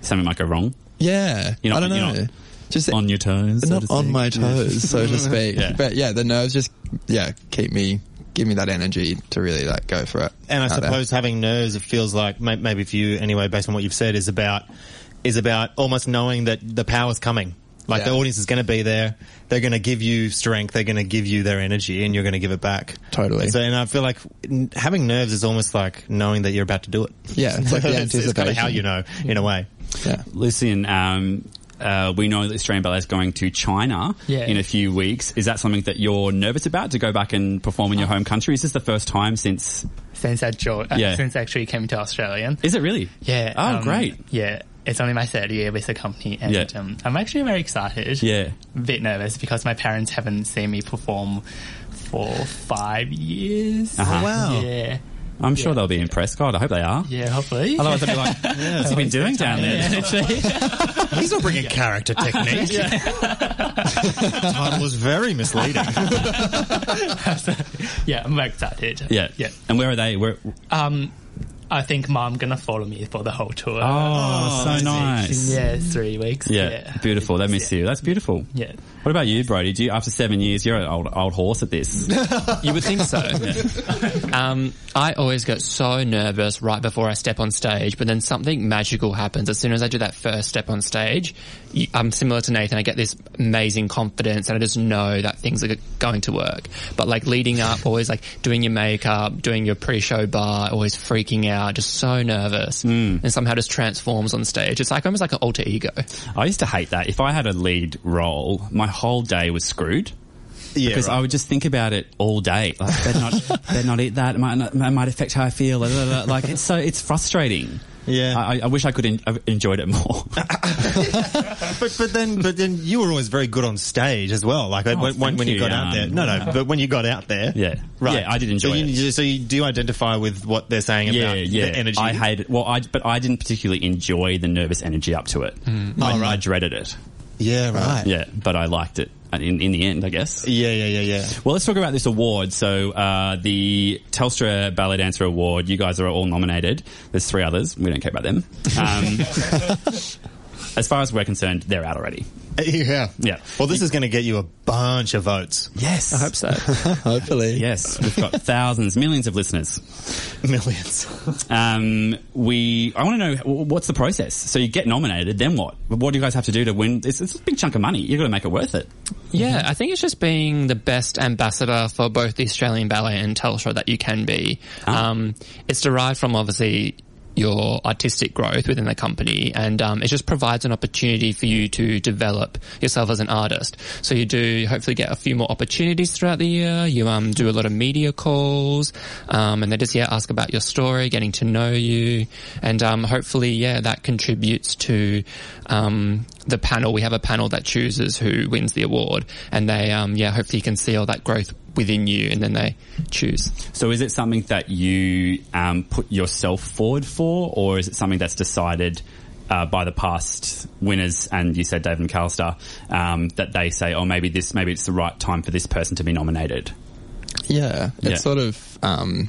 Speaker 2: something might go wrong
Speaker 5: yeah.
Speaker 2: You're not-
Speaker 5: I don't
Speaker 2: you're
Speaker 5: know.
Speaker 2: not
Speaker 5: just
Speaker 2: on your toes. so
Speaker 5: not
Speaker 2: to
Speaker 5: on
Speaker 2: speak.
Speaker 5: my toes, so to speak.
Speaker 2: Yeah.
Speaker 5: But yeah, the nerves just yeah keep me give me that energy to really like go for it.
Speaker 3: And I
Speaker 5: out there.
Speaker 3: suppose having nerves, it feels like may- maybe for you anyway, based on what you've said, is about is about almost knowing that the power's coming. Like the
Speaker 5: Yeah.
Speaker 3: audience is going to be there. They're going to give you strength. They're going to give you their energy, and you're going to give it back.
Speaker 5: Totally.
Speaker 3: And so, and I feel like n- having nerves is almost like knowing that you're about to do it.
Speaker 5: Yeah, it's like the
Speaker 3: it's, it's kind of
Speaker 5: anticipation.
Speaker 3: how you know, in a way.
Speaker 5: yeah.
Speaker 2: Listen, um, uh, we know that Australian Ballet is going to China
Speaker 6: Yeah.
Speaker 2: in a few weeks. Is that something that you're nervous about to go back and perform
Speaker 6: Uh,
Speaker 2: in your home country? Is this the first time since?
Speaker 6: since I joined, uh,
Speaker 2: Yeah.
Speaker 6: since I actually came to Australia.
Speaker 2: Is it really?
Speaker 6: Yeah.
Speaker 2: Oh,
Speaker 6: um,
Speaker 2: great.
Speaker 6: Yeah. It's only my third year with the company and
Speaker 2: Yeah.
Speaker 6: um, I'm actually very excited.
Speaker 2: Yeah.
Speaker 6: A bit nervous because my parents haven't seen me perform for five years.
Speaker 2: Uh-huh.
Speaker 3: Wow.
Speaker 6: Yeah.
Speaker 2: I'm sure they'll be impressed. God, I hope they are.
Speaker 6: Yeah, hopefully.
Speaker 2: Otherwise, they'll be like, "What's he been doing down there?"
Speaker 3: He's not bringing character technique. Title was very misleading.
Speaker 6: yeah, I'm very excited.
Speaker 2: Yeah.
Speaker 6: Yeah.
Speaker 2: And where are they? Where? Oh,
Speaker 6: Um, I think mom gonna follow me for the whole tour.
Speaker 7: Oh,
Speaker 2: so nice.
Speaker 6: Yeah, three weeks.
Speaker 2: Yeah,
Speaker 6: Oh, Yeah.
Speaker 2: beautiful. They miss you. That's beautiful.
Speaker 6: Yeah.
Speaker 2: What about you, Brody? Do you, after seven years, you're an old, old horse at this.
Speaker 7: You would think so. um, I always get so nervous right before I step on stage, but then something magical happens. As soon as I do that first step on stage, you, I'm similar to Nathan. I get this amazing confidence and I just know that things are going to work. But like leading up, always like doing your makeup, doing your pre-show bar, always freaking out, just so nervous and somehow just transforms on stage. It's like almost like an alter ego.
Speaker 2: I used to hate that. If I had a lead role, my whole day was screwed.
Speaker 3: Yeah,
Speaker 2: because
Speaker 3: right.
Speaker 2: I would just think about it all day. Like, better not, better not eat that. It might, not, it might affect how I feel. blah, blah, blah. Like, it's so, it's frustrating.
Speaker 3: Yeah.
Speaker 2: I, I- I wish I could en- have enjoyed it more.
Speaker 3: but but then but then you were always very good on stage as well. Like when, when,
Speaker 2: Oh, thank
Speaker 3: when you,
Speaker 2: you,
Speaker 3: got
Speaker 2: Jan.
Speaker 3: out there. No, no. But when you got out there,
Speaker 2: Yeah.
Speaker 3: right.
Speaker 2: Yeah, I did
Speaker 3: so
Speaker 2: enjoy
Speaker 3: you,
Speaker 2: it.
Speaker 3: So you do identify with what they're saying
Speaker 2: yeah,
Speaker 3: about
Speaker 2: yeah.
Speaker 3: the energy.
Speaker 2: I hated Well, I but I didn't particularly enjoy the nervous energy up to it.
Speaker 3: Hmm.
Speaker 2: I,
Speaker 3: Oh,
Speaker 2: I dreaded it.
Speaker 3: Yeah, right.
Speaker 2: Yeah, but I liked it And in in the end, I guess.
Speaker 3: Yeah, yeah, yeah, yeah.
Speaker 2: Well, let's talk about this award. So, uh, the Telstra Ballet Dancer Award, you guys are all nominated. There's three others. We don't care about them. Um, as far as we're concerned, they're out already.
Speaker 3: Yeah.
Speaker 2: Yeah.
Speaker 3: Well, this is going to get you a bunch of votes.
Speaker 2: Yes.
Speaker 7: I hope so.
Speaker 5: Hopefully.
Speaker 2: Yes. We've got thousands, millions of listeners.
Speaker 3: Millions.
Speaker 2: Um, we, I want to know w- what's the process. So you get nominated, then what? What do you guys have to do to win? It's, it's a big chunk of money. You've got to make it worth it.
Speaker 7: Yeah, I think it's just being the best ambassador for both the Australian Ballet and Telstra that you can be. Um, it's derived from obviously your artistic growth within the company and um, it just provides an opportunity for you to develop yourself as an artist. So you do hopefully get a few more opportunities throughout the year. You um, do a lot of media calls um, and they just, yeah, ask about your story, getting to know you and um, hopefully, yeah, that contributes to um, the panel. We have a panel that chooses who wins the award, and they, um, yeah, hopefully you can see all that growth within you, and then they choose.
Speaker 2: So is it something that you um, put yourself forward for, or is it something that's decided uh, by the past winners? And you said David McAllister um, that they say, "Oh, maybe this, maybe it's the right time for this person to be nominated."
Speaker 5: Yeah, it's
Speaker 2: Yeah.
Speaker 5: sort of um,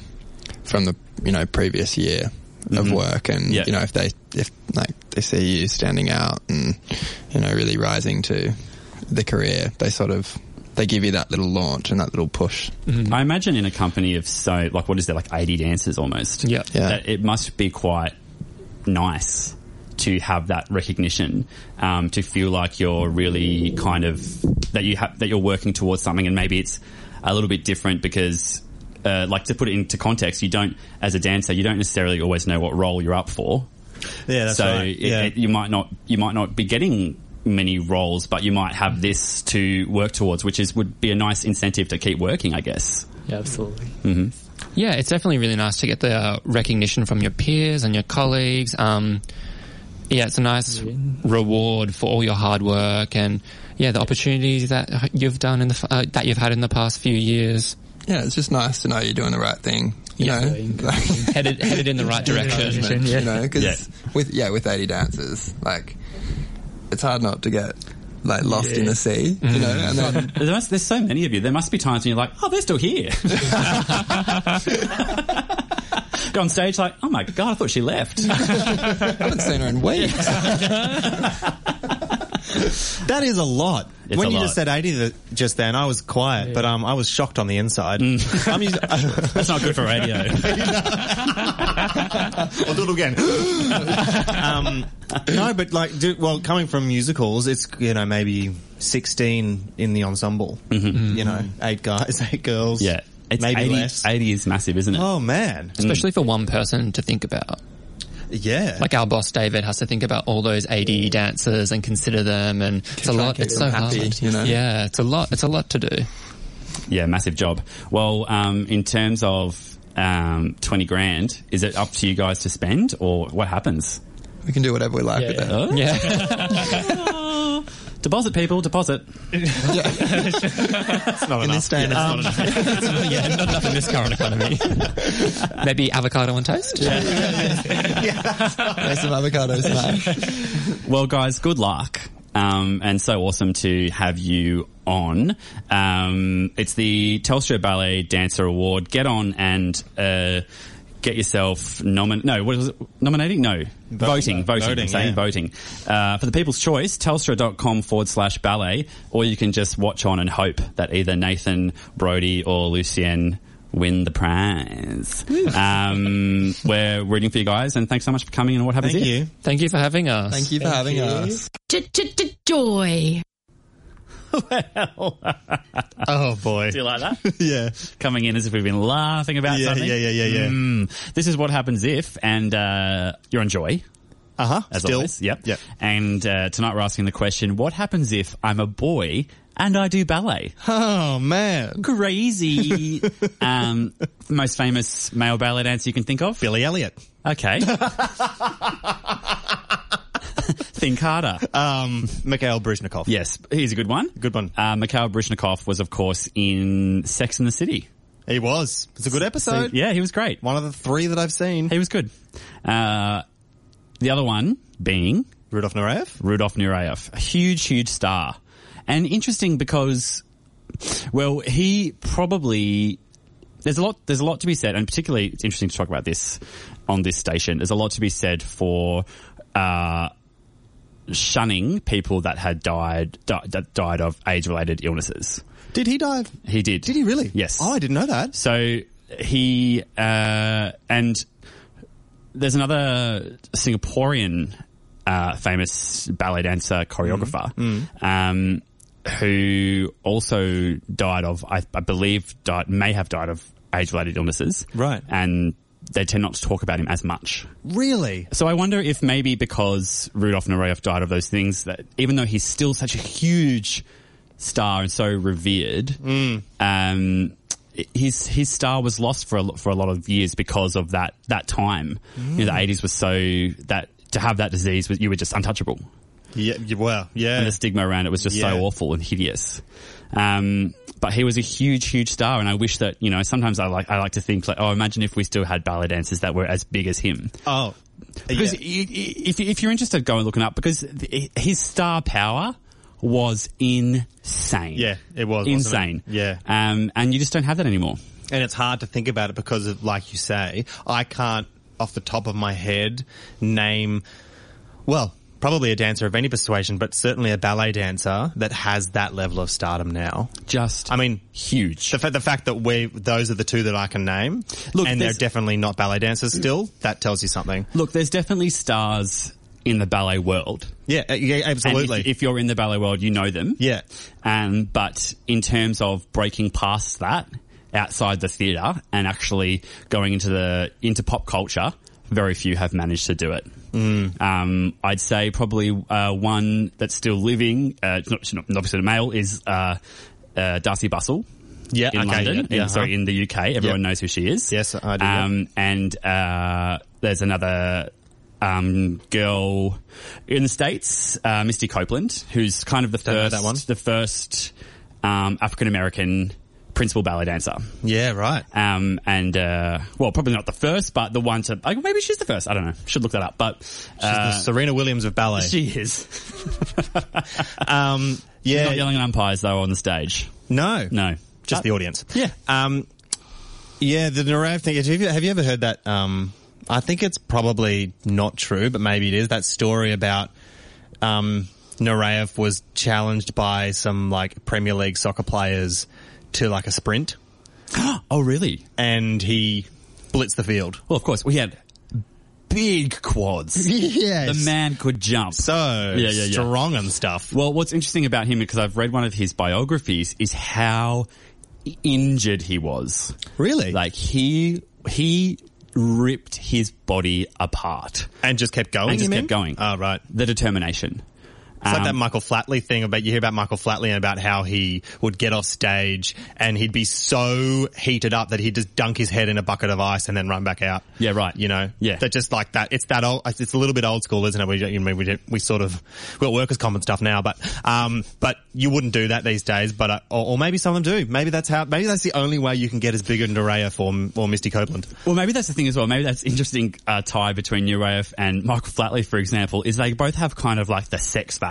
Speaker 5: from the you know previous year of work, and
Speaker 2: Mm-hmm. Yeah.
Speaker 5: you know if they if like they see you standing out and you know really rising to the career, they sort of they give you that little launch and that little push.
Speaker 2: I imagine in a company of so, like, what is there, like eighty dancers almost?
Speaker 7: Yeah.
Speaker 5: Yeah.
Speaker 2: That it must be quite nice to have that recognition, um, to feel like you're really kind of that you have that you're working towards something, and maybe it's a little bit different because. Uh, like to put it into context, you don't, as a dancer, you don't necessarily always know what role you're up for.
Speaker 3: Yeah, that's
Speaker 2: so
Speaker 3: right.
Speaker 2: it-
Speaker 3: yeah.
Speaker 2: it- you might not, you might not be getting many roles, but you might have this to work towards, which is would be a nice incentive to keep working, I guess.
Speaker 6: Yeah, absolutely.
Speaker 7: Yeah, it's definitely really nice to get the uh, recognition from your peers and your colleagues. Um, yeah, it's a nice reward for all your hard work and yeah, the opportunities that you've done in the f- uh, that you've had in the past few years,
Speaker 5: Yeah, it's just nice to know you're doing the right thing. You
Speaker 7: Yeah.
Speaker 5: know,
Speaker 7: headed headed in the right direction.
Speaker 6: Direction, yeah.
Speaker 5: you know, because
Speaker 2: Yeah.
Speaker 5: with yeah with eighty dancers, like it's hard not to get like lost in the sea, you know, and then
Speaker 2: There must, there's so many of you. There must be times when you're like, oh, they're still here. Go on stage like, oh my god, I thought she left.
Speaker 5: I haven't seen her in weeks.
Speaker 3: That is a lot.
Speaker 2: It's
Speaker 3: when
Speaker 2: a
Speaker 3: you
Speaker 2: lot.
Speaker 3: just said 80 th- just then, I was quiet, but um, I was shocked on the inside.
Speaker 2: Mm.
Speaker 3: I'm used-
Speaker 2: That's not good for radio.
Speaker 3: I'll do it again. um, no, but like, do, well, coming from musicals, it's, you know, maybe 16 in the ensemble. You know, eight guys, eight girls.
Speaker 2: yeah, it's
Speaker 3: maybe
Speaker 2: 80,
Speaker 3: less.
Speaker 2: 80 is massive, isn't it?
Speaker 3: Oh, man.
Speaker 7: especially for one person to think about.
Speaker 3: Yeah.
Speaker 7: like our boss David has to think about all those AD dancers and consider them, and it's a
Speaker 5: try and
Speaker 7: lot.
Speaker 5: keep
Speaker 7: It's so
Speaker 5: them happy,
Speaker 7: hard.
Speaker 5: you know?
Speaker 7: Yeah, it's a lot. It's a lot to do.
Speaker 2: Yeah, massive job. Well, um, in terms of um, twenty grand, is it up to you guys to spend, or what happens?
Speaker 5: We can do whatever we like with it.
Speaker 2: Oh.
Speaker 7: Yeah,
Speaker 2: Deposit, people, deposit.
Speaker 3: not
Speaker 5: In this day and age.
Speaker 7: yeah, not enough in this current economy. Maybe avocado on toast. Yeah,
Speaker 5: Make some avocado smash.
Speaker 2: Well, guys, good luck. Um, and so awesome to have you on. Um, it's the Telstra Ballet Dancer Award. Get on and uh, get yourself nomin. No, what is it? Nominating? No. Voting, voting,
Speaker 3: Voting,
Speaker 2: I'm saying
Speaker 3: yeah.
Speaker 2: voting. Uh, for the people's choice, telstra.com forward slash ballet, or you can just watch on and hope that either Nathan, Brody, or Lucien win the prize. um, we're rooting for you guys, and thanks so much for coming and what happens
Speaker 3: Thank
Speaker 2: If.
Speaker 3: you.
Speaker 7: thank you for having us.
Speaker 5: Thank you for having
Speaker 3: Uh,
Speaker 5: us.
Speaker 4: J-j-j-joy.
Speaker 3: Oh, boy.
Speaker 2: Do you like that?
Speaker 3: Yeah.
Speaker 2: coming in as if we've been laughing about
Speaker 3: Yeah, Mm.
Speaker 2: something. Hmm.
Speaker 3: yeah, yeah, yeah, yeah.
Speaker 2: Mm. This is what happens if, and uh, you're on Joy.
Speaker 3: Uh-huh,
Speaker 2: As
Speaker 3: still.
Speaker 2: always. Yep.
Speaker 3: Yep.
Speaker 2: And uh, tonight we're asking the question, what happens if I'm a boy and I do ballet?
Speaker 3: Oh man,
Speaker 2: Crazy. um, the most famous male ballet dancer you can think of?
Speaker 3: Billy Elliot.
Speaker 2: Okay. Think harder.
Speaker 3: Um, Mikhail Bruzhnikov.
Speaker 2: yes, here's a good one.
Speaker 3: Good one.
Speaker 2: Uh, Mikhail Brishnikov was, of course, in Sex and the City.
Speaker 3: he was. It's a good
Speaker 2: So,
Speaker 3: episode.
Speaker 2: yeah, he was great.
Speaker 3: One of the three that I've seen.
Speaker 2: He was good. Uh, the other one being
Speaker 3: Rudolf Nureyev.
Speaker 2: Rudolf Nureyev, a huge, huge star. And interesting because, well, he probably, there's a lot, there's a lot to be said, and particularly it's interesting to talk about this on this station. There's a lot to be said for, uh, shunning people that had died, di- that died of age-related illnesses.
Speaker 3: Did he die?
Speaker 2: He did.
Speaker 3: Did he really?
Speaker 2: Yes.
Speaker 3: Oh, I didn't know that.
Speaker 2: So he uh, and there's another Singaporean uh, famous ballet dancer choreographer Um, who also died of, I, I believe, died may have died of age-related illnesses.
Speaker 3: Right.
Speaker 2: and they tend not to talk about him as much.
Speaker 3: Really?
Speaker 2: So I wonder if maybe because Rudolf Nureyev died of those things, that even though he's still such a huge star and so revered,
Speaker 3: Mm.
Speaker 2: um, his his star was lost for a, lo- for a lot of years because of that that time. You
Speaker 3: Mm.
Speaker 2: know, the eighties was so that to have that disease was you were just untouchable,
Speaker 3: Yeah. you- Well, yeah.
Speaker 2: and the stigma around it was just so
Speaker 3: Yeah.
Speaker 2: awful and hideous. Um, but he was a huge, huge star, and I wish that you know. Sometimes I like I like to think like, oh, imagine if we still had ballet dancers that were as big as him.
Speaker 3: Oh,
Speaker 2: Because
Speaker 3: Yeah.
Speaker 2: i- i- if, if you're interested, go and look it up because th- his star power was insane.
Speaker 3: Yeah, it was, wasn't it?
Speaker 2: Insane.
Speaker 3: Yeah.
Speaker 2: Um, and you just don't have that anymore.
Speaker 3: and it's hard to think about it because, of, like you say, I can't off the top of my head name. Well, probably a dancer of any persuasion, but certainly a ballet dancer that has that level of stardom now.
Speaker 2: Just,
Speaker 3: I mean,
Speaker 2: huge.
Speaker 3: The, fa- the fact that we those are the two that I can name,
Speaker 2: Look,
Speaker 3: and they're
Speaker 2: there's-
Speaker 3: definitely not ballet dancers. Still, that tells you something.
Speaker 2: Look, there's definitely stars in the ballet world.
Speaker 3: Yeah, uh, yeah,
Speaker 2: And if-
Speaker 3: absolutely.
Speaker 2: if, you're in the ballet world, you know them.
Speaker 3: yeah,
Speaker 2: Um, but in terms of breaking past that outside the theatre and actually going into the into pop culture, very few have managed to do it. Um, I'd say probably uh, one that's still living, uh, it's not, she's not obviously a male, is uh, uh, Darcy Bustle.
Speaker 3: yeah.
Speaker 2: In
Speaker 3: okay,
Speaker 2: London,
Speaker 3: yeah,
Speaker 2: in-
Speaker 3: yeah,
Speaker 2: sorry,
Speaker 3: uh-huh.
Speaker 2: in the UK, everyone
Speaker 3: Yeah.
Speaker 2: knows who she is.
Speaker 3: Yes, I do, yeah.
Speaker 2: Um, and uh, there's another um, girl in the states, uh, Misty Copeland, who's kind of the
Speaker 3: Don't know
Speaker 2: first,
Speaker 3: that one.
Speaker 2: the first um, African American principal ballet dancer.
Speaker 3: yeah, right.
Speaker 2: Um, and uh, well, probably not the first, but the one to like, maybe she's the first. I don't know. Should look that up. But uh,
Speaker 3: The Serena Williams of ballet.
Speaker 2: she is.
Speaker 3: um, yeah,
Speaker 2: not yelling at umpires though on the stage.
Speaker 3: no,
Speaker 2: No, Uh,
Speaker 3: just
Speaker 2: But-
Speaker 3: the audience.
Speaker 2: Yeah.
Speaker 3: Um, yeah, the Narav thing. Have you, have you ever heard that? Um, I think it's probably not true, but maybe it is. That story about um, Nureyev was challenged by some like Premier League soccer players to like a sprint,
Speaker 2: Oh, really?
Speaker 3: and he blitzed the field.
Speaker 2: Well, of course, we had big quads.
Speaker 3: Yes.
Speaker 2: The man could jump.
Speaker 3: So
Speaker 2: Yeah, yeah, yeah.
Speaker 3: strong and stuff.
Speaker 2: well, what's interesting about him, because I've read one of his biographies, is how injured he was.
Speaker 3: Really?
Speaker 2: Like he, he ripped his body apart.
Speaker 3: and just kept going.
Speaker 2: And just
Speaker 3: you
Speaker 2: kept going.
Speaker 3: mean? Oh, right.
Speaker 2: The determination.
Speaker 3: It's
Speaker 2: Um,
Speaker 3: like that Michael Flatley thing about you hear about Michael Flatley and about how he would get off stage and he'd be so heated up that he'd just dunk his head in a bucket of ice and then run back out.
Speaker 2: Yeah, right.
Speaker 3: You know,
Speaker 2: Yeah.
Speaker 3: That just like that. It's that old. It's a little bit old school, isn't it? We you know, we, we sort of we got workers' comp and stuff now, but um, but you wouldn't do that these days. But uh, or, or maybe some of them do. Maybe that's how. Maybe that's the only way you can get as big as Naraya or or Misty Copeland.
Speaker 2: Well, maybe that's the thing as well. Maybe that's interesting uh, tie between Nureyev and Michael Flatley, for example, is they both have kind of like the sex factor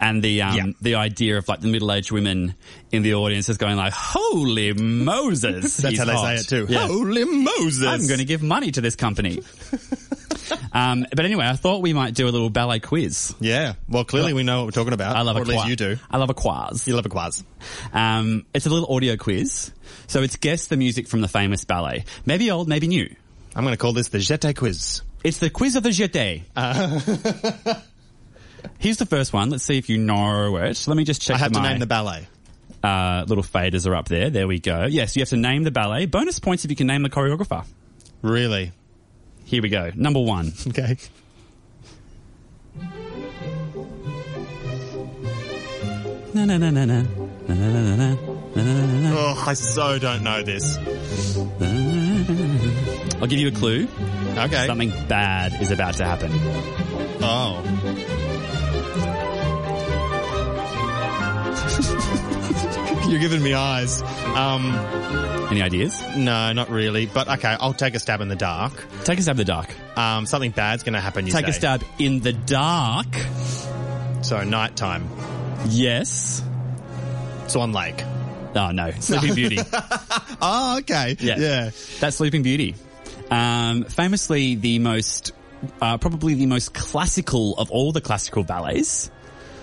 Speaker 2: and the um,
Speaker 3: Yeah.
Speaker 2: the idea of like the middle aged women in the audience is going like, "Holy Moses!"
Speaker 3: That's
Speaker 2: he's
Speaker 3: how they
Speaker 2: hot."
Speaker 3: say it too.
Speaker 2: Yeah.
Speaker 3: Holy Moses!
Speaker 2: I'm going to give money to this company. um, but anyway, I thought we might do a little ballet quiz.
Speaker 3: Yeah. Well, clearly we know what we're talking about.
Speaker 2: I love
Speaker 3: or
Speaker 2: a
Speaker 3: at least
Speaker 2: quiz.
Speaker 3: you do.
Speaker 2: I love a quiz.
Speaker 3: You love a quiz.
Speaker 2: Um, it's a little audio quiz. So it's guess the music from the famous ballet. Maybe old, maybe new.
Speaker 3: I'm going to call this the Jeté quiz.
Speaker 2: It's the quiz of the jeté. Here's the first one. Let's see if you know it. Let me just check.
Speaker 3: I have to
Speaker 2: my,
Speaker 3: name the ballet.
Speaker 2: uh, little faders are up there. There we go. Yes, you have to name the ballet. Bonus points if you can name the choreographer.
Speaker 3: Really?
Speaker 2: Here we go. Number one.
Speaker 3: Okay.
Speaker 2: Na na na na na na na na na na na na na.
Speaker 3: Oh, I so don't know this.
Speaker 2: I'll give you a clue.
Speaker 3: Okay.
Speaker 2: Something bad is about to happen.
Speaker 3: Oh. You're giving me eyes. Um,
Speaker 2: Any ideas?
Speaker 3: no, not really. But okay, I'll take a stab in the dark.
Speaker 2: Take a stab in the dark.
Speaker 3: Um, something bad's going to happen. You
Speaker 2: Take a
Speaker 3: say.
Speaker 2: stab in the dark.
Speaker 3: So nighttime,
Speaker 2: Yes.
Speaker 3: Swan Lake.
Speaker 2: Oh no, Sleeping Beauty.
Speaker 3: Oh, okay.
Speaker 2: Ah, Yeah.
Speaker 3: yeah.
Speaker 2: That's Sleeping Beauty. Um, famously, the most, uh, probably the most classical of all the classical ballets.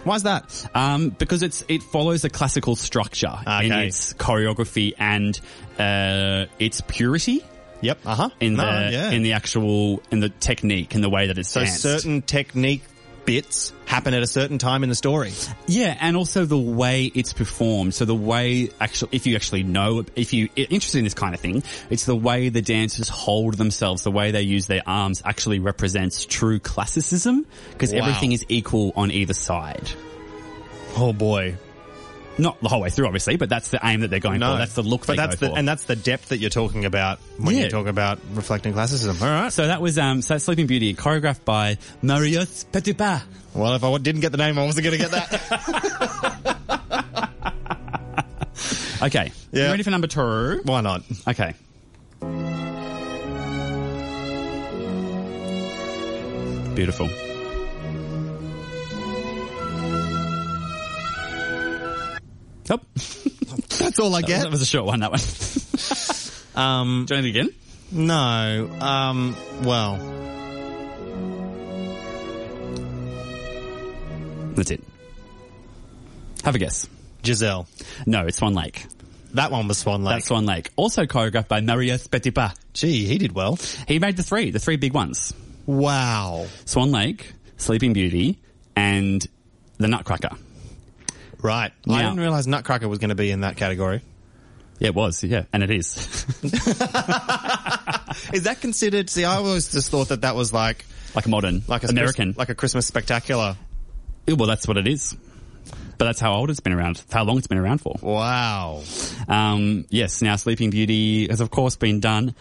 Speaker 3: Why's that?
Speaker 2: Um, because it's it follows a classical structure in
Speaker 3: Okay.
Speaker 2: its choreography and uh, its purity
Speaker 3: Yep. Uh huh.
Speaker 2: in
Speaker 3: no,
Speaker 2: the
Speaker 3: yeah.
Speaker 2: in the actual in the technique and the way that it's
Speaker 3: so
Speaker 2: danced.
Speaker 3: certain technique bits happen at a certain time in the story.
Speaker 2: Yeah, and also the way it's performed. So the way actually, if you actually know, if you are interested in this kind of thing, it's the way the dancers hold themselves, the way they use their arms actually represents true classicism because
Speaker 3: Wow.
Speaker 2: everything is equal on either side.
Speaker 3: Oh boy.
Speaker 2: Not the whole way through, obviously, but that's the aim that they're going
Speaker 3: No,
Speaker 2: for. That's the look
Speaker 3: But
Speaker 2: they
Speaker 3: that's
Speaker 2: go
Speaker 3: the
Speaker 2: for.
Speaker 3: and that's the depth that you're talking about when
Speaker 2: Yeah.
Speaker 3: you talk about reflecting classicism. All right.
Speaker 2: so that was um, so that's Sleeping Beauty, choreographed by Marius Petipa.
Speaker 3: Well, if I didn't get the name, I wasn't going to get that.
Speaker 2: Okay,
Speaker 3: Yeah.
Speaker 2: you ready for number two?
Speaker 3: Why not?
Speaker 2: Okay. Beautiful. Oh,
Speaker 3: That's all I
Speaker 2: that
Speaker 3: get.
Speaker 2: was a short one, that one.
Speaker 3: Um,
Speaker 2: Do you want it again?
Speaker 3: no. Um, well,
Speaker 2: That's it. Have a guess.
Speaker 3: Giselle.
Speaker 2: No, it's Swan Lake.
Speaker 3: That one was Swan Lake.
Speaker 2: That's Swan Lake. Also choreographed by Marius Petipa.
Speaker 3: Gee, he did well.
Speaker 2: He made the three, the three big ones.
Speaker 3: Wow.
Speaker 2: Swan Lake, Sleeping Beauty, and The Nutcracker.
Speaker 3: Right. I
Speaker 2: Now-
Speaker 3: didn't realize Nutcracker was going to be in that category.
Speaker 2: Yeah, it was, yeah, and it is.
Speaker 3: Is that considered? See, I always just thought that that was like
Speaker 2: like modern,
Speaker 3: like a
Speaker 2: American.
Speaker 3: like a Christmas spectacular.
Speaker 2: Yeah, well, that's what it is. But that's how old it's been around, how long it's been around for.
Speaker 3: Wow.
Speaker 2: Um, yes, now Sleeping Beauty has of course been done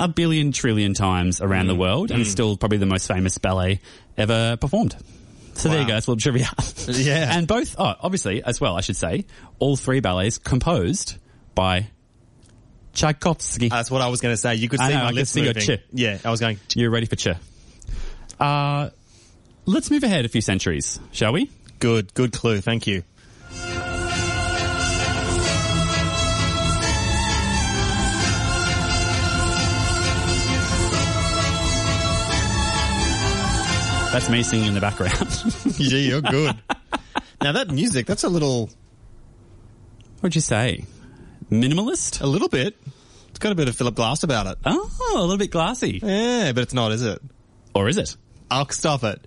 Speaker 2: a billion trillion times around
Speaker 3: Mm.
Speaker 2: the world and it's still probably the most famous ballet ever performed. So there you
Speaker 3: Wow.
Speaker 2: go, that's a little trivia.
Speaker 3: Yeah.
Speaker 2: And both, oh, obviously, as well, I should say, all three ballets composed by Tchaikovsky.
Speaker 3: That's what I was going to say. You could see
Speaker 2: I know,
Speaker 3: my
Speaker 2: I could
Speaker 3: lips
Speaker 2: see your
Speaker 3: moving.
Speaker 2: chin.
Speaker 3: Yeah, I was going.
Speaker 2: You're ready for chair. Uh, let's move ahead a few centuries, shall we?
Speaker 3: Good, good clue. Thank you.
Speaker 2: That's me singing in the background.
Speaker 3: yeah, you're good. now that music, that's a little,
Speaker 2: What'd you say? Minimalist?
Speaker 3: a little bit. It's got a bit of Philip Glass about it.
Speaker 2: Oh, a little bit glassy.
Speaker 3: Yeah, but it's not, is it?
Speaker 2: Or is it?
Speaker 3: I'll stop it.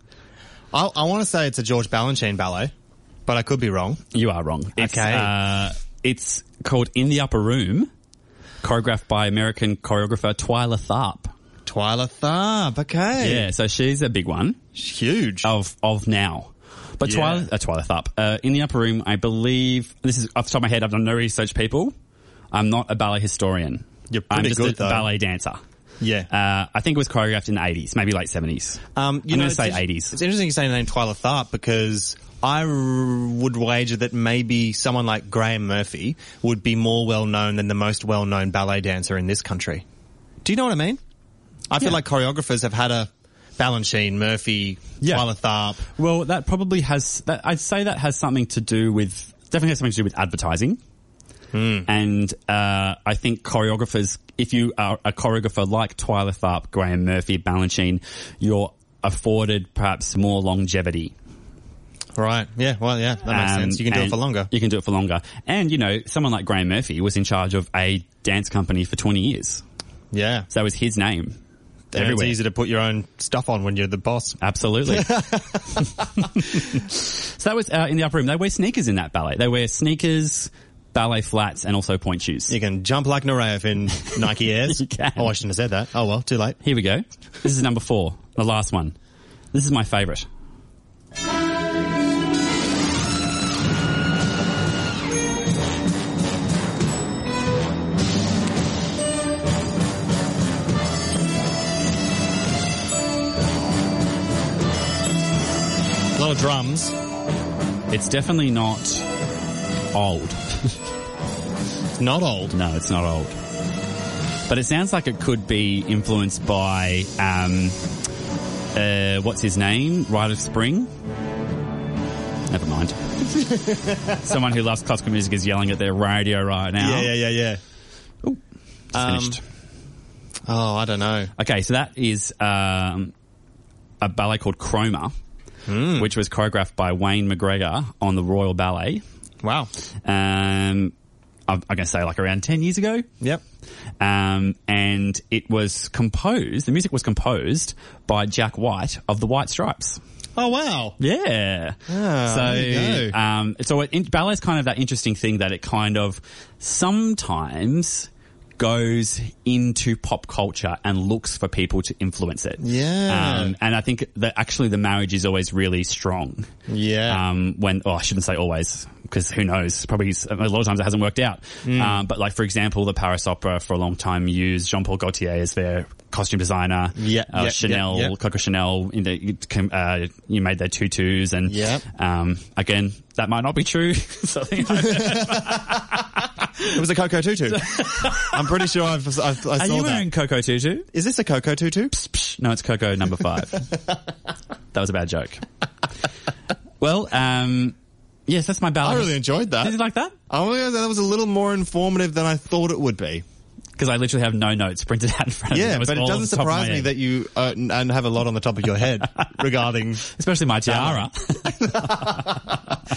Speaker 3: I, I want to say it's a George Balanchine ballet, but I could be wrong.
Speaker 2: You are wrong. It's,
Speaker 3: Okay.
Speaker 2: Uh, it's called In the Upper Room, choreographed by American choreographer Twyla Tharp.
Speaker 3: Twyla Tharp. Okay.
Speaker 2: Yeah, so she's a big one
Speaker 3: She's huge.
Speaker 2: of of now. But
Speaker 3: Yeah.
Speaker 2: Twyla, uh, Twyla Tharp, uh, In the Upper Room, I believe, this is off the top of my head, I've done no research, people. I'm not a ballet historian.
Speaker 3: You're
Speaker 2: I'm
Speaker 3: pretty
Speaker 2: just
Speaker 3: good,
Speaker 2: a
Speaker 3: though.
Speaker 2: ballet dancer.
Speaker 3: Yeah.
Speaker 2: Uh, I think it was choreographed in the 80s, maybe late 70s.
Speaker 3: Um, you
Speaker 2: I'm
Speaker 3: know,
Speaker 2: gonna say
Speaker 3: it's-
Speaker 2: 80s.
Speaker 3: It's interesting you say the name Twyla Tharp because I r- would wager that maybe someone like Graham Murphy would be more well known than the most well known ballet dancer in this country. Do you know what I mean? I feel
Speaker 2: Yeah.
Speaker 3: like choreographers have had a Balanchine, Murphy,
Speaker 2: Yeah.
Speaker 3: Twyla Tharp.
Speaker 2: Well, that probably has. That, I'd say that has something to do with definitely has something to do with advertising.
Speaker 3: Hmm.
Speaker 2: And uh, I think choreographers, if you are a choreographer like Twyla Tharp, Graham Murphy, Balanchine, you're afforded perhaps more longevity.
Speaker 3: Right. Yeah. Well, yeah, that makes
Speaker 2: Um,
Speaker 3: sense. You can do it
Speaker 2: and
Speaker 3: for longer.
Speaker 2: You can do it for longer. And you know, someone like Graham Murphy was in charge of a dance company for 20 years.
Speaker 3: Yeah.
Speaker 2: So it was his name.
Speaker 3: And it's
Speaker 2: everywhere.
Speaker 3: easy to put your own stuff on when you're the boss.
Speaker 2: Absolutely. so that was uh, in the upper room. They wear sneakers in that ballet. They wear sneakers, ballet flats, and also point shoes.
Speaker 3: You can jump like Nureyev in Nike Airs.
Speaker 2: You can.
Speaker 3: Oh, I shouldn't have said that. Oh well, too late.
Speaker 2: Here we go. This is number four, the last one. This is my favorite.
Speaker 3: A lot of drums.
Speaker 2: It's definitely not old.
Speaker 3: Not old.
Speaker 2: No, it's not old. But it sounds like it could be influenced by um, uh, what's his name, Rite of Spring. Never mind. Someone who loves classical music is yelling at their radio right now.
Speaker 3: Yeah, yeah, yeah, yeah.
Speaker 2: It's finished.
Speaker 3: Oh, I don't know.
Speaker 2: Um, Okay, so that is um, a ballet called Chroma, which was choreographed by Wayne McGregor on the Royal Ballet.
Speaker 3: Wow.
Speaker 2: Um, I'm, I'm going to say like around ten years ago.
Speaker 3: Yep.
Speaker 2: um, and it was composed. The music was composed by Jack White of the White Stripes.
Speaker 3: Oh, wow.
Speaker 2: Yeah.
Speaker 3: Ah,
Speaker 2: so,
Speaker 3: there you go.
Speaker 2: um, so it, in, ballet's kind of that interesting thing that it kind of sometimes goes into pop culture and looks for people to influence it.
Speaker 3: Yeah.
Speaker 2: Um, and I think that actually the marriage is always really strong.
Speaker 3: Yeah.
Speaker 2: Um, when, oh, I shouldn't say always, because who knows? Probably s- a lot of times it hasn't worked out.
Speaker 3: Mm.
Speaker 2: Um, but like, for example, the Paris Opera for a long time used Jean-Paul Gaultier as their costume designer.
Speaker 3: Yeah,
Speaker 2: Uh,
Speaker 3: yeah, yeah,
Speaker 2: Chanel,
Speaker 3: yeah.
Speaker 2: Coco Chanel, in the, uh, you made their tutus and,
Speaker 3: Yep.
Speaker 2: um, again, that might not be true. so, you know,
Speaker 3: it was a Coco Tutu. I'm pretty sure I've, I've, I saw
Speaker 2: are you
Speaker 3: that.
Speaker 2: wearing Coco tutu?
Speaker 3: Is this a Coco Tutu?
Speaker 2: No, it's Coco number five. that was a bad joke. well, um, yes, that's my ballet.
Speaker 3: I really enjoyed that.
Speaker 2: Did you like that?
Speaker 3: Oh, yeah, that was a little more informative than I thought it would be.
Speaker 2: Because I literally have no notes printed out in front of me.
Speaker 3: Yeah,
Speaker 2: That was
Speaker 3: but it
Speaker 2: all off
Speaker 3: doesn't
Speaker 2: the top of my
Speaker 3: surprise me
Speaker 2: head.
Speaker 3: that you uh, n- and have a lot on the top of your head regarding.
Speaker 2: especially my tiara.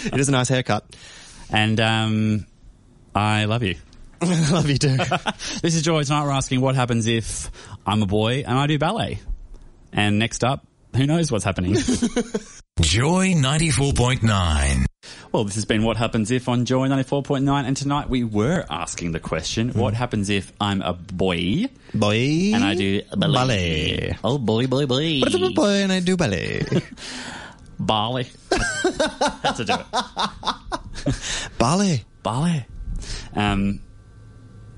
Speaker 3: It is a nice haircut.
Speaker 2: and um, I love you.
Speaker 3: I love you too.
Speaker 2: This is Joy. Tonight we're asking what happens if I'm a boy and I do ballet. And next up, who knows what's happening?
Speaker 8: Joy 94.9.
Speaker 2: well, this has been What Happens If on Joy 94.9. And tonight we were asking the
Speaker 3: Hmm.
Speaker 2: question, what happens if I'm a boy
Speaker 3: Boy.
Speaker 2: and I do ballet?
Speaker 3: Ballet.
Speaker 2: Oh, boy, boy, boy.
Speaker 3: What if I'm a boy and I do ballet?
Speaker 2: Ballet. Had to do it.
Speaker 3: ballet.
Speaker 2: ballet. Um,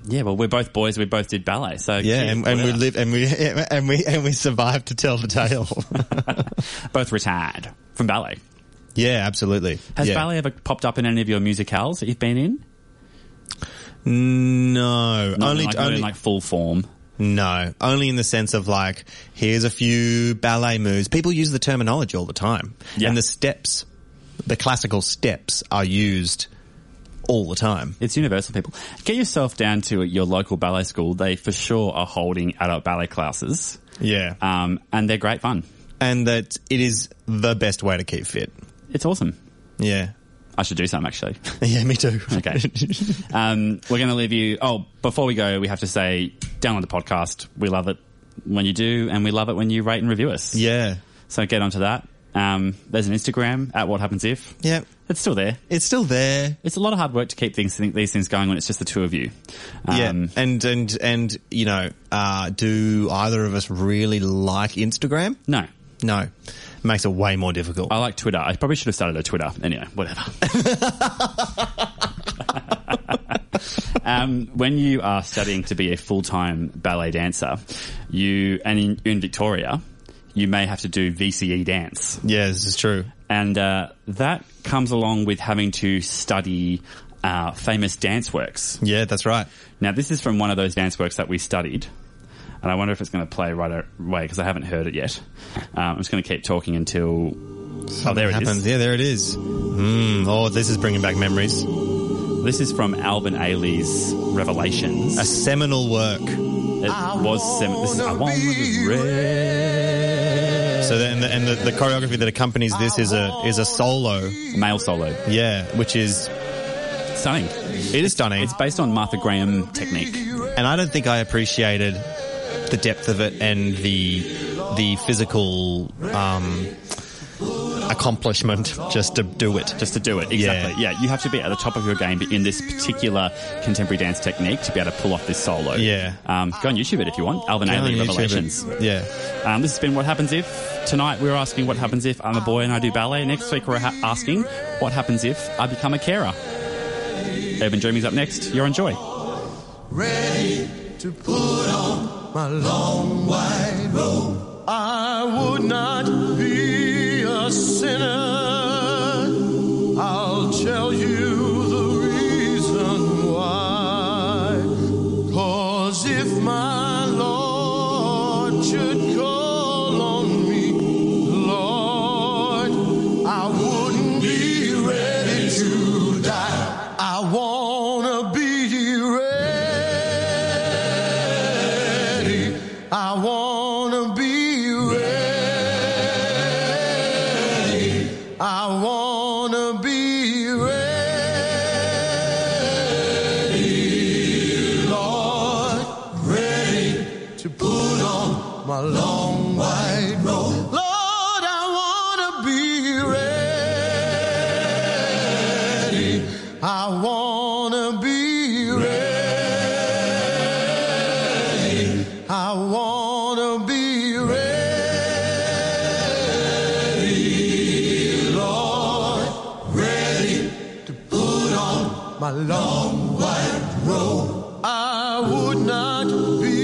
Speaker 2: yeah, well, we're both boys. We both did ballet. So
Speaker 3: Yeah,
Speaker 2: cheers
Speaker 3: and,
Speaker 2: for
Speaker 3: and we
Speaker 2: that.
Speaker 3: live and we and we and we survived to tell the tale.
Speaker 2: both retired from ballet.
Speaker 3: yeah, absolutely.
Speaker 2: Has
Speaker 3: Yeah.
Speaker 2: ballet ever popped up in any of your musicales that you've been in?
Speaker 3: No,
Speaker 2: Not
Speaker 3: only
Speaker 2: in like, not in
Speaker 3: only
Speaker 2: like full form.
Speaker 3: no, only in the sense of like here's a few ballet moves. People use the terminology all the time,
Speaker 2: Yeah.
Speaker 3: and the steps, the classical steps, are used all the time.
Speaker 2: It's universal, people. Get yourself down to your local ballet school. They for sure are holding adult ballet classes,
Speaker 3: Yeah,
Speaker 2: um, and they're great fun.
Speaker 3: Uh, and that it is the best way to keep fit.
Speaker 2: It's awesome.
Speaker 3: Yeah,
Speaker 2: I should do some actually.
Speaker 3: yeah, me too.
Speaker 2: Okay. um, we're going to leave you. Oh, before we go, we have to say download the podcast. We love it when you do, and we love it when you rate and review us.
Speaker 3: yeah,
Speaker 2: So get onto that. Um, there's an Instagram at What Happens If.
Speaker 3: yeah,
Speaker 2: It's still there.
Speaker 3: it's still there.
Speaker 2: It's a lot of hard work to keep things these things going when it's just the two of you. Um,
Speaker 3: yeah, and and and you know, uh, do either of us really like Instagram?
Speaker 2: No.
Speaker 3: No, makes it way more difficult.
Speaker 2: I like Twitter. I probably should have started a Twitter. Anyway, whatever. um, when you are studying to be a full-time ballet dancer, you and in, in Victoria, you may have to do VCE dance.
Speaker 3: yeah, this is true.
Speaker 2: and uh, that comes along with having to study uh, famous dance works.
Speaker 3: Yeah, that's right.
Speaker 2: Now, this is from one of those dance works that we studied, and I wonder if it's going to play right away because I haven't heard it yet. Um, I'm just going to keep talking until. oh, there it is.
Speaker 3: happens. Yeah, there it is. Mm, oh, this is bringing back memories.
Speaker 2: This is from Alvin Ailey's Revelations.
Speaker 3: A
Speaker 2: It
Speaker 3: seminal work.
Speaker 2: was seven. This is, I want to re-
Speaker 3: So then, and, the, and the, the choreography that accompanies this is a is a solo.
Speaker 2: male solo.
Speaker 3: Yeah, which is
Speaker 2: Stunning.
Speaker 3: it is stunning.
Speaker 2: It's based on Martha Graham technique.
Speaker 3: and I don't think I appreciated the depth of it and the the physical um, accomplishment just to do it.
Speaker 2: just to do it. Exactly. Yeah. you have to be at the top of your game in this particular contemporary dance technique to be able to pull off this solo.
Speaker 3: Yeah.
Speaker 2: Um, go on YouTube it if you want. Alvin
Speaker 3: Yeah, on
Speaker 2: Ailey
Speaker 3: YouTube.
Speaker 2: Revelations.
Speaker 3: Yeah,
Speaker 2: Um, this has been What Happens If. Tonight we we're asking what happens if I'm a boy and I do ballet. Next week we're ha- asking what happens if I become a carer. Urban Dreaming's up next. You're on Joy.
Speaker 9: ready to put on my long white robe. I would not be a sinner. I wouldn't be ready to die. I wanna be ready. I wanna be ready. I wanna be ready, Lord, ready to put on my long white robe. Lord, I wanna be ready. I wanna be ready. I wanna be ready, Lord, ready to put on my long white robe. I would not be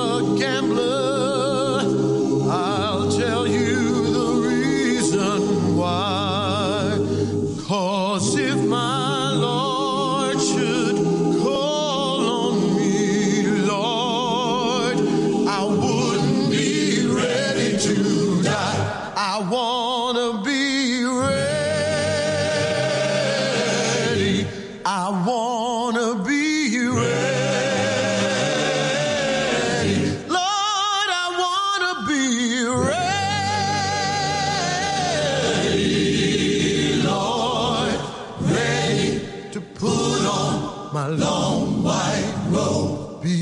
Speaker 9: a gambler. I'll tell you the reason why. Cause if my Lord should call on me, Lord, I wouldn't be ready to die. I wanna be ready. I wanna be ready. Lord, I wanna be ready. Lord, ready to put on my long white robe. Be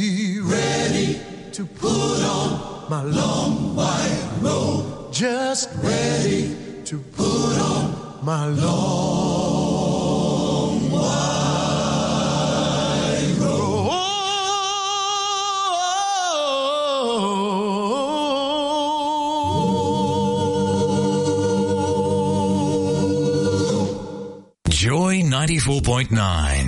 Speaker 9: ready to put on my long white robe. Just ready to put on my long white robe.
Speaker 8: Joy 94.9.